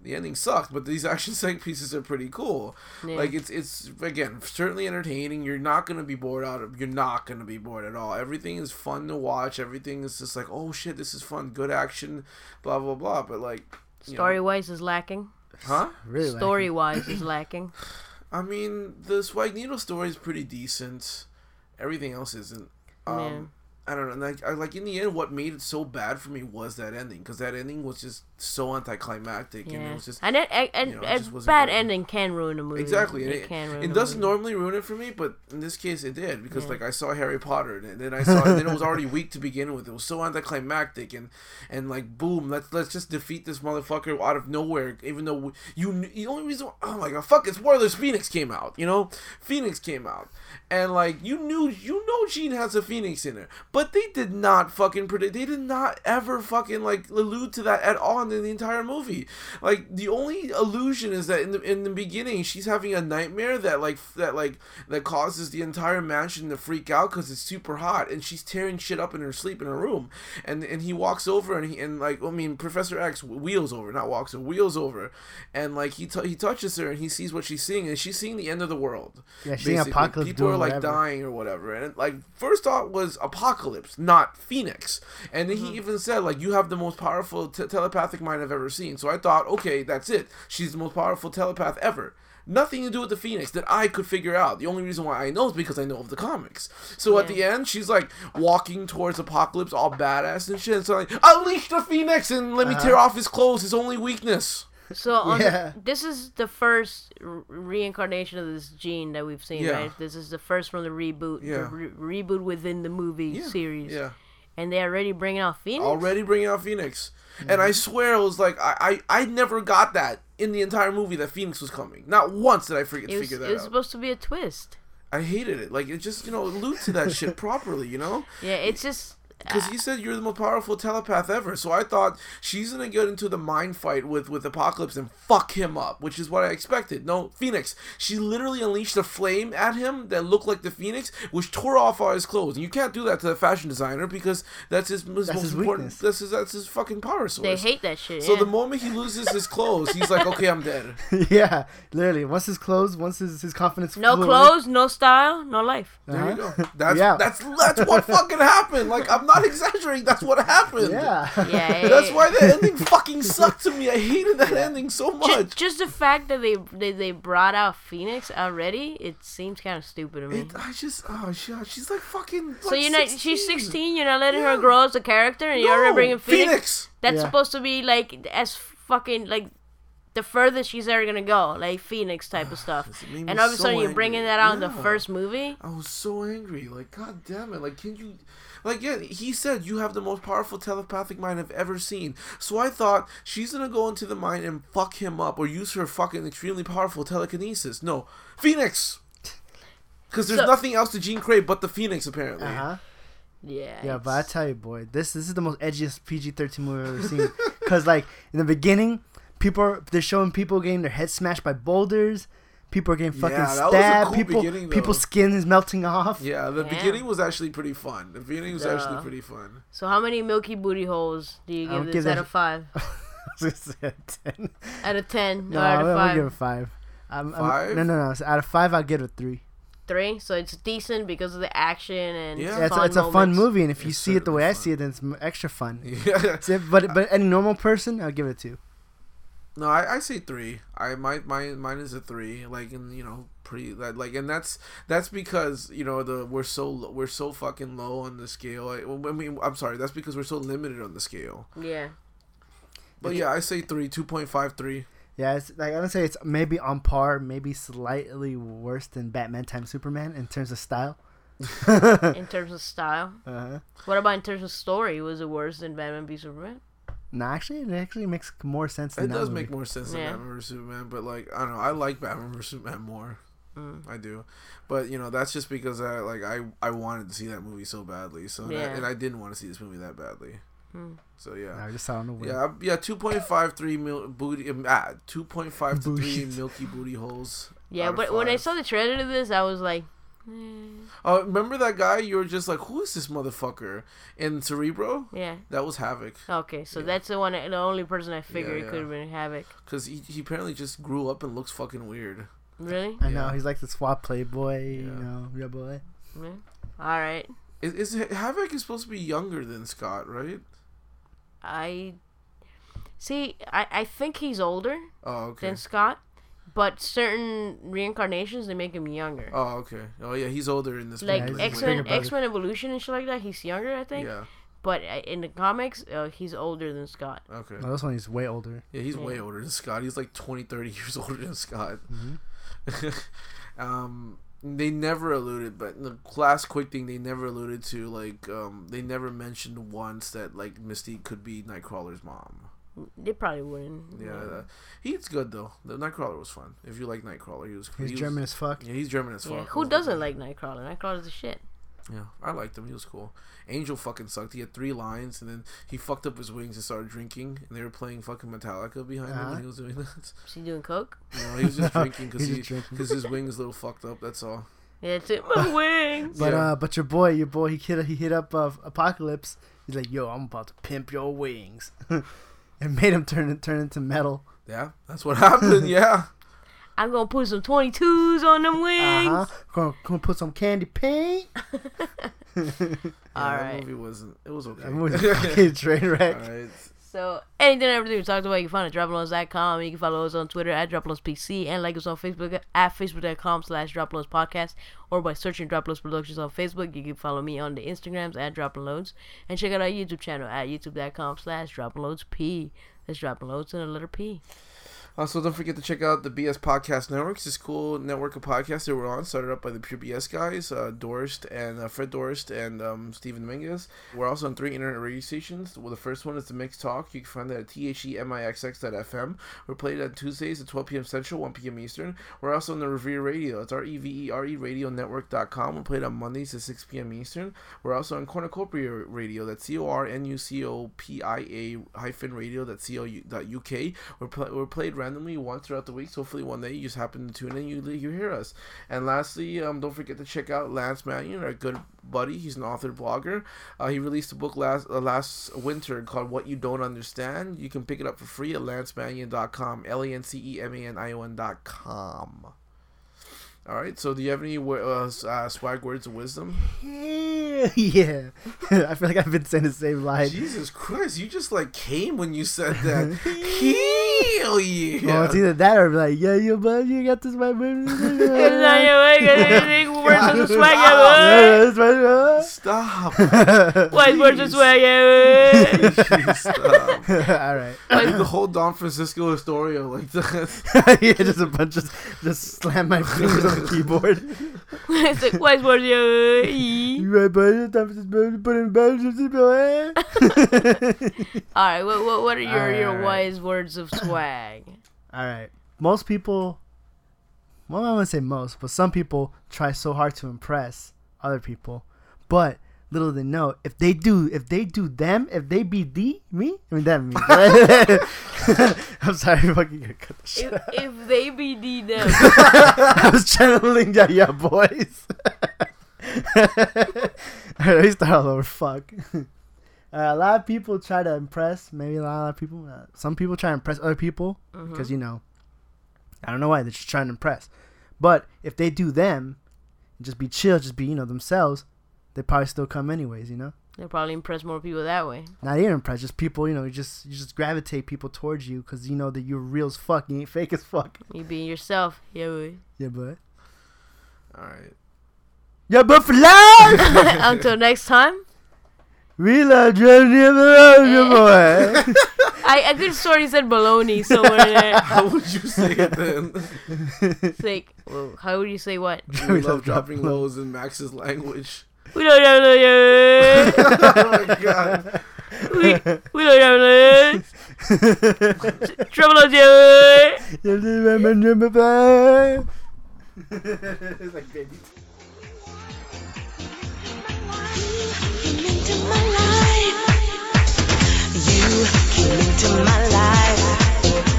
the ending sucked, but these action set pieces are pretty cool. Yeah. Like it's it's again certainly entertaining. You're not gonna be bored out of. You're not gonna be bored at all. Everything is fun to watch. Everything is just like oh shit, this is fun. Good action, blah blah blah. But like you know- Story wise is lacking. huh? Really like Story wise is lacking. I mean, the Swag Needle story is pretty decent. Everything else isn't. Um, Yeah. I don't know. and, Like, I, like in the end, what made it so bad for me was that ending, because that ending was just so anticlimactic, and it Yeah. was just And it, and, and, you know, it and just wasn't bad good. ending can ruin a movie. Exactly, It, and it, can ruin. it a doesn't movie. normally ruin it for me, but in this case, it did because like I saw Harry Potter, and then I saw, and then it was already weak to begin with. It was so anticlimactic, and and like boom, let's let's just defeat this motherfucker out of nowhere. Even though we, you, kn- the only reason, oh my god, fuck, it's Warlords Phoenix came out, you know, Phoenix came out, and like you knew, you know, Jean has a Phoenix in her, but they did not fucking predict, they did not ever fucking like allude to that at all in the entire movie. Like the only illusion is that in the in the beginning she's having a nightmare that like f- that like that causes the entire mansion to freak out because it's super hot and she's tearing shit up in her sleep in her room, and and he walks over and he and like I mean Professor X wheels over not walks over wheels over, and like he t- he touches her and he sees what she's seeing and she's seeing the end of the world. Yeah, she's seeing basically. apocalypse People are doing like whatever. dying dying or whatever. And like first thought was apocalypse, not Phoenix. And then he even said like you have the most powerful t- telepathic mind I've ever seen. So I thought, okay, that's it. She's the most powerful telepath ever. Nothing to do with the Phoenix that I could figure out. The only reason why I know is because I know of the comics. So at the end, she's like walking towards Apocalypse, all badass and shit. And so like, unleash the Phoenix and let me tear off his clothes, his only weakness. So on Yeah. the, this is the first re- reincarnation of this gene that we've seen, Yeah. right? This is the first from the reboot, the Yeah. re- reboot within the movie series, Yeah. and they're already bringing out Phoenix. already bringing out Phoenix. And Mm-hmm. I swear it was like I, I I never got that in the entire movie that Phoenix was coming. Not once did I forget it to was, figure it that was out. supposed to be a twist. I hated it. Like it just you know allude to that shit properly. You know Yeah, it's just because he said you're the most powerful telepath ever. So I thought she's gonna get into the mind fight with with Apocalypse and fuck him up, which is what I expected. No, Phoenix. She literally unleashed a flame at him that looked like the Phoenix, which tore off all his clothes. And you can't do that to the fashion designer because that's his, his most his important. weakness. That's his that's his fucking power source. they hate that shit. So yeah. the moment he loses his clothes, he's like, "Okay, I'm dead." yeah, literally. Once his clothes, once his, his confidence. no flew away- clothes, no style, no life. There you go. That's Uh-huh. Yeah. that's that's what fucking happened. Like I'm not exaggerating. That's what happened. Yeah. Yeah, That's it- why the ending fucking sucked to me. I hated that ending so Ju- much. just the fact that they, they they brought out Phoenix already, it seems kind of stupid to me. It, I just oh shit, she's like fucking. so like you're not she's 16, you're not letting Yeah. her grow as a character, and No, you're already bringing Phoenix. Phoenix. That's Yeah. supposed to be like as fucking like the furthest she's ever gonna go, like Phoenix type of stuff. made me And all of a so sudden you're angry. bringing that out in the Yeah. first movie. I was so angry. Like, god damn it. Like, can you. Like, yeah, he said, you have the most powerful telepathic mind I've ever seen. So I thought she's gonna go into the mind and fuck him up or use her fucking extremely powerful telekinesis. No. Phoenix! Because there's So- Uh-huh. nothing else to Jean Cray but the Phoenix, apparently. Uh huh. Yeah. Yeah, it's- but I tell you, boy, this this is the most edgiest PG thirteen movie I've ever seen. Cause like in the beginning, people are, they're showing people getting their heads smashed by boulders. People are getting fucking Yeah, that was a stabbed. cool beginning, people, though. people's skin is melting off. Yeah, the Yeah. beginning was actually pretty fun. The beginning was actually Duh. pretty fun. so how many milky booty holes do you I would give this give that- out of five? Ten. out of ten? no, No, out I'm of gonna give it five. a five. I'm, Five? I'm, no, no, no. So out of five, I'll give it a three. Three. So it's decent because of the action and Yeah. Yeah, it's, a- it's a fun moments. movie, and if you It's see it the certainly way I fun. see it, then it's m- extra fun. Yeah. It's- But but any normal person, I'll give it a two. No, I, I say three. I my my mine is a three. Like and you know pretty that like and that's that's because you know the we're so lo- we're so fucking low on the scale. I, well, I mean I'm sorry. That's because we're so limited on the scale. Yeah. But yeah, I say three, two point five three. Yeah, it's like I would say it's maybe on par, maybe slightly worse than Batman time Superman in terms of style. uh-huh. In terms of style. What about in terms of story? Was it worse than Batman v Superman? Nah, actually, it actually makes more sense. Than It that does movie. make more sense Yeah. than Batman vs Superman. But like I don't know, I like Batman vs Superman more. Mm. I do, but you know that's just because I like I I wanted to see that movie so badly. So and I- Yeah. and I didn't want to see this movie that badly. Mm. So yeah. Nah, I just saw it on the web. Yeah, I- yeah, two point five three mil booty. Um, ah, two point five to three Booties. milky booty holes. Yeah, out of but when I five. saw the trailer to this, I was like, Uh, remember that guy? You were just like, who is this motherfucker in Cerebro? Yeah. That was Havoc, Okay, so that's the one, the only person I figured yeah. it could have been Havoc. because he, he apparently just grew up and looks fucking weird. Really? I know Yeah. he's like the swap playboy, you Yeah. know, real boy. Yeah. All right. Is, is Havoc is supposed to be younger than Scott, right? I see. I I think he's older Oh, okay. than Scott, but certain reincarnations they make him younger. Oh, okay. Oh, yeah, he's older in this. Like he's movie. a X Men, bigger brother. X Men Evolution and shit like that. He's younger, I think. Yeah. But uh, in the comics, uh, he's older than Scott. Okay. Oh, this one he's way older. Yeah, he's way older than Scott. He's like 20, 30 years older than Scott. Mm-hmm. um, they never alluded, but in the last quick thing, they never alluded to, like, um, they never mentioned once that, like, Mystique could be Nightcrawler's mom. They probably wouldn't. Yeah. uh, he's good, though. The Nightcrawler was fun. If you like Nightcrawler, he was He's he was- German as fuck. Yeah, he's German as fuck. Yeah. Who That's doesn't what- like Nightcrawler? Nightcrawler's the shit. Yeah, I liked him. He was cool. Angel fucking sucked. He had three lines, and then he fucked up his wings and started drinking. And they were playing fucking Metallica behind him Uh-huh. when he was doing that. Is he doing coke? No, he was just No, drinking because he's he just drinking. because his wing is a little fucked up. That's all. Yeah, it's in my wings. But Yeah. uh, but your boy, your boy, he hit he hit up uh, Apocalypse. He's like, yo, I'm about to pimp your wings, and made him turn turn into metal. Yeah, that's what happened. Yeah, I'm gonna put some 22s on them Uh wings. huh. Gonna, gonna put some candy paint. Yeah, All that right. movie wasn't. It was okay. That movie's a fucking train all wreck. right. So anything and everything we talked about, you can find it at droploans.com. You can follow us on Twitter at droploanspc and like us on Facebook at facebook.com slash droploanspodcast or by searching Droploans Productions on Facebook. You can follow me on the Instagrams at droploans and check out our YouTube channel at youtube.com slash droploansp. That's droploans and a letter P. Also, don't forget to check out the BS Podcast Network. It's this cool network of podcasts that we're on, started up by the Pure BS guys, uh, Dorst and uh, Fred Dorst and um, Stephen Dominguez. We're also on three internet radio stations. Well, the first one is the Mix Talk. You can find that at E themixx.fm. We're played on Tuesdays at 12 p.m. Central, 1 p.m. Eastern. We're also on the Revere Radio. It's E R-E-V-E-R-E Radio Network.com. We're played on Mondays at 6 p.m. Eastern. We're also on Cornucopia Radio. That's C-O-R-N-U-C-O-P-I-A hyphen radio. That's C-O-U-K. We're, pl- we're played randomly once throughout the weeks. Hopefully one day you just happen to tune in and you, you hear us. And lastly, um, don't forget to check out Lance Mannion, our good buddy. He's an author blogger. Uh, he released a book last uh, last winter called What You Don't Understand. You can pick it up for free at lancemannion.com. E L-A-N-C-E-M-A-N-I-O-N.com. All right. So, do you have any wo- uh, s- uh, swag words of wisdom? Hell yeah. I feel like I've been saying the same line. Jesus Christ! You just like came when you said that. Hell Well, Oh, it's yeah! either that or be like, yeah, yo, bud, you got this my baby. yeah, Why that's my Stop! is words of Please. swag? Stop. All right. the whole Don Francisco Astoria like this. yeah, just a bunch of just slam my fingers on the keyboard. It's like, why is words of You right, bud? Time for this baby, put in bed, just keep your hand. All right, what, what, what are your, All right, all your right. wise words of swag? All right. Most people, well, I wouldn't say most, but some people try so hard to impress other people, but little they know if they do, if they do them, if they be the me, I mean them. Me. I'm sorry, I'm fucking gonna cut the shit. if, out. if they be the them. I was channeling yeah, yeah, boys. All right, let me start all over. Fuck. Uh, a lot of people try to impress. Maybe a lot of people. Uh, some people try to impress other people because you know, I don't know why they're just trying to impress. But if they do them, just be chill, just be you know themselves, they probably still come anyways. You know, They'll probably impress more people that way. not even impress, just people. You know, you just you just gravitate people towards you because you know that you're real as fuck. You ain't fake as fuck. You being yourself. Yeah, boy. Yeah, but All right. yeah, but for life. Until next time. We love Junior Boy. I, I could swear he said baloney somewhere in there. How would you say it then? It's like, well, how would you say what? we love dropping lows in Max's language. We don't have no- oh my god. we, we don't have no- trouble on the Came into my life. You came into my life,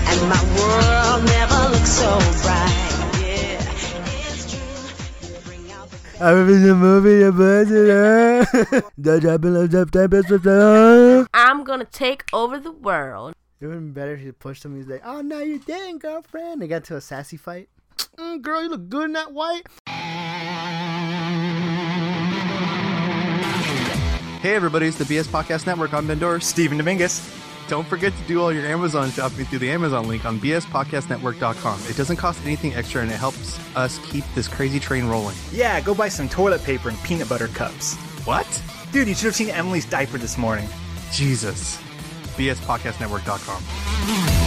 and my world never looked so bright. Yeah, it's true. You bring out the. I was in the movie, the buzzer. The jumping, the jump, the best of the- I'm gonna take over the world. It would have been better if he pushed him. He's like, "Oh no, you didn't, girlfriend." They got to a sassy fight. Mm, girl, you look good in that white. Hey everybody, it's the BS Podcast Network. I'm Bendor, Stephen Dominguez. Don't forget to do all your Amazon shopping through the Amazon link on bspodcastnetwork.com. It doesn't cost anything extra and it helps us keep this crazy train rolling. Yeah, go buy some toilet paper and peanut butter cups. What? Dude, you should have seen Emily's diaper this morning. Jesus. bspodcastnetwork.com.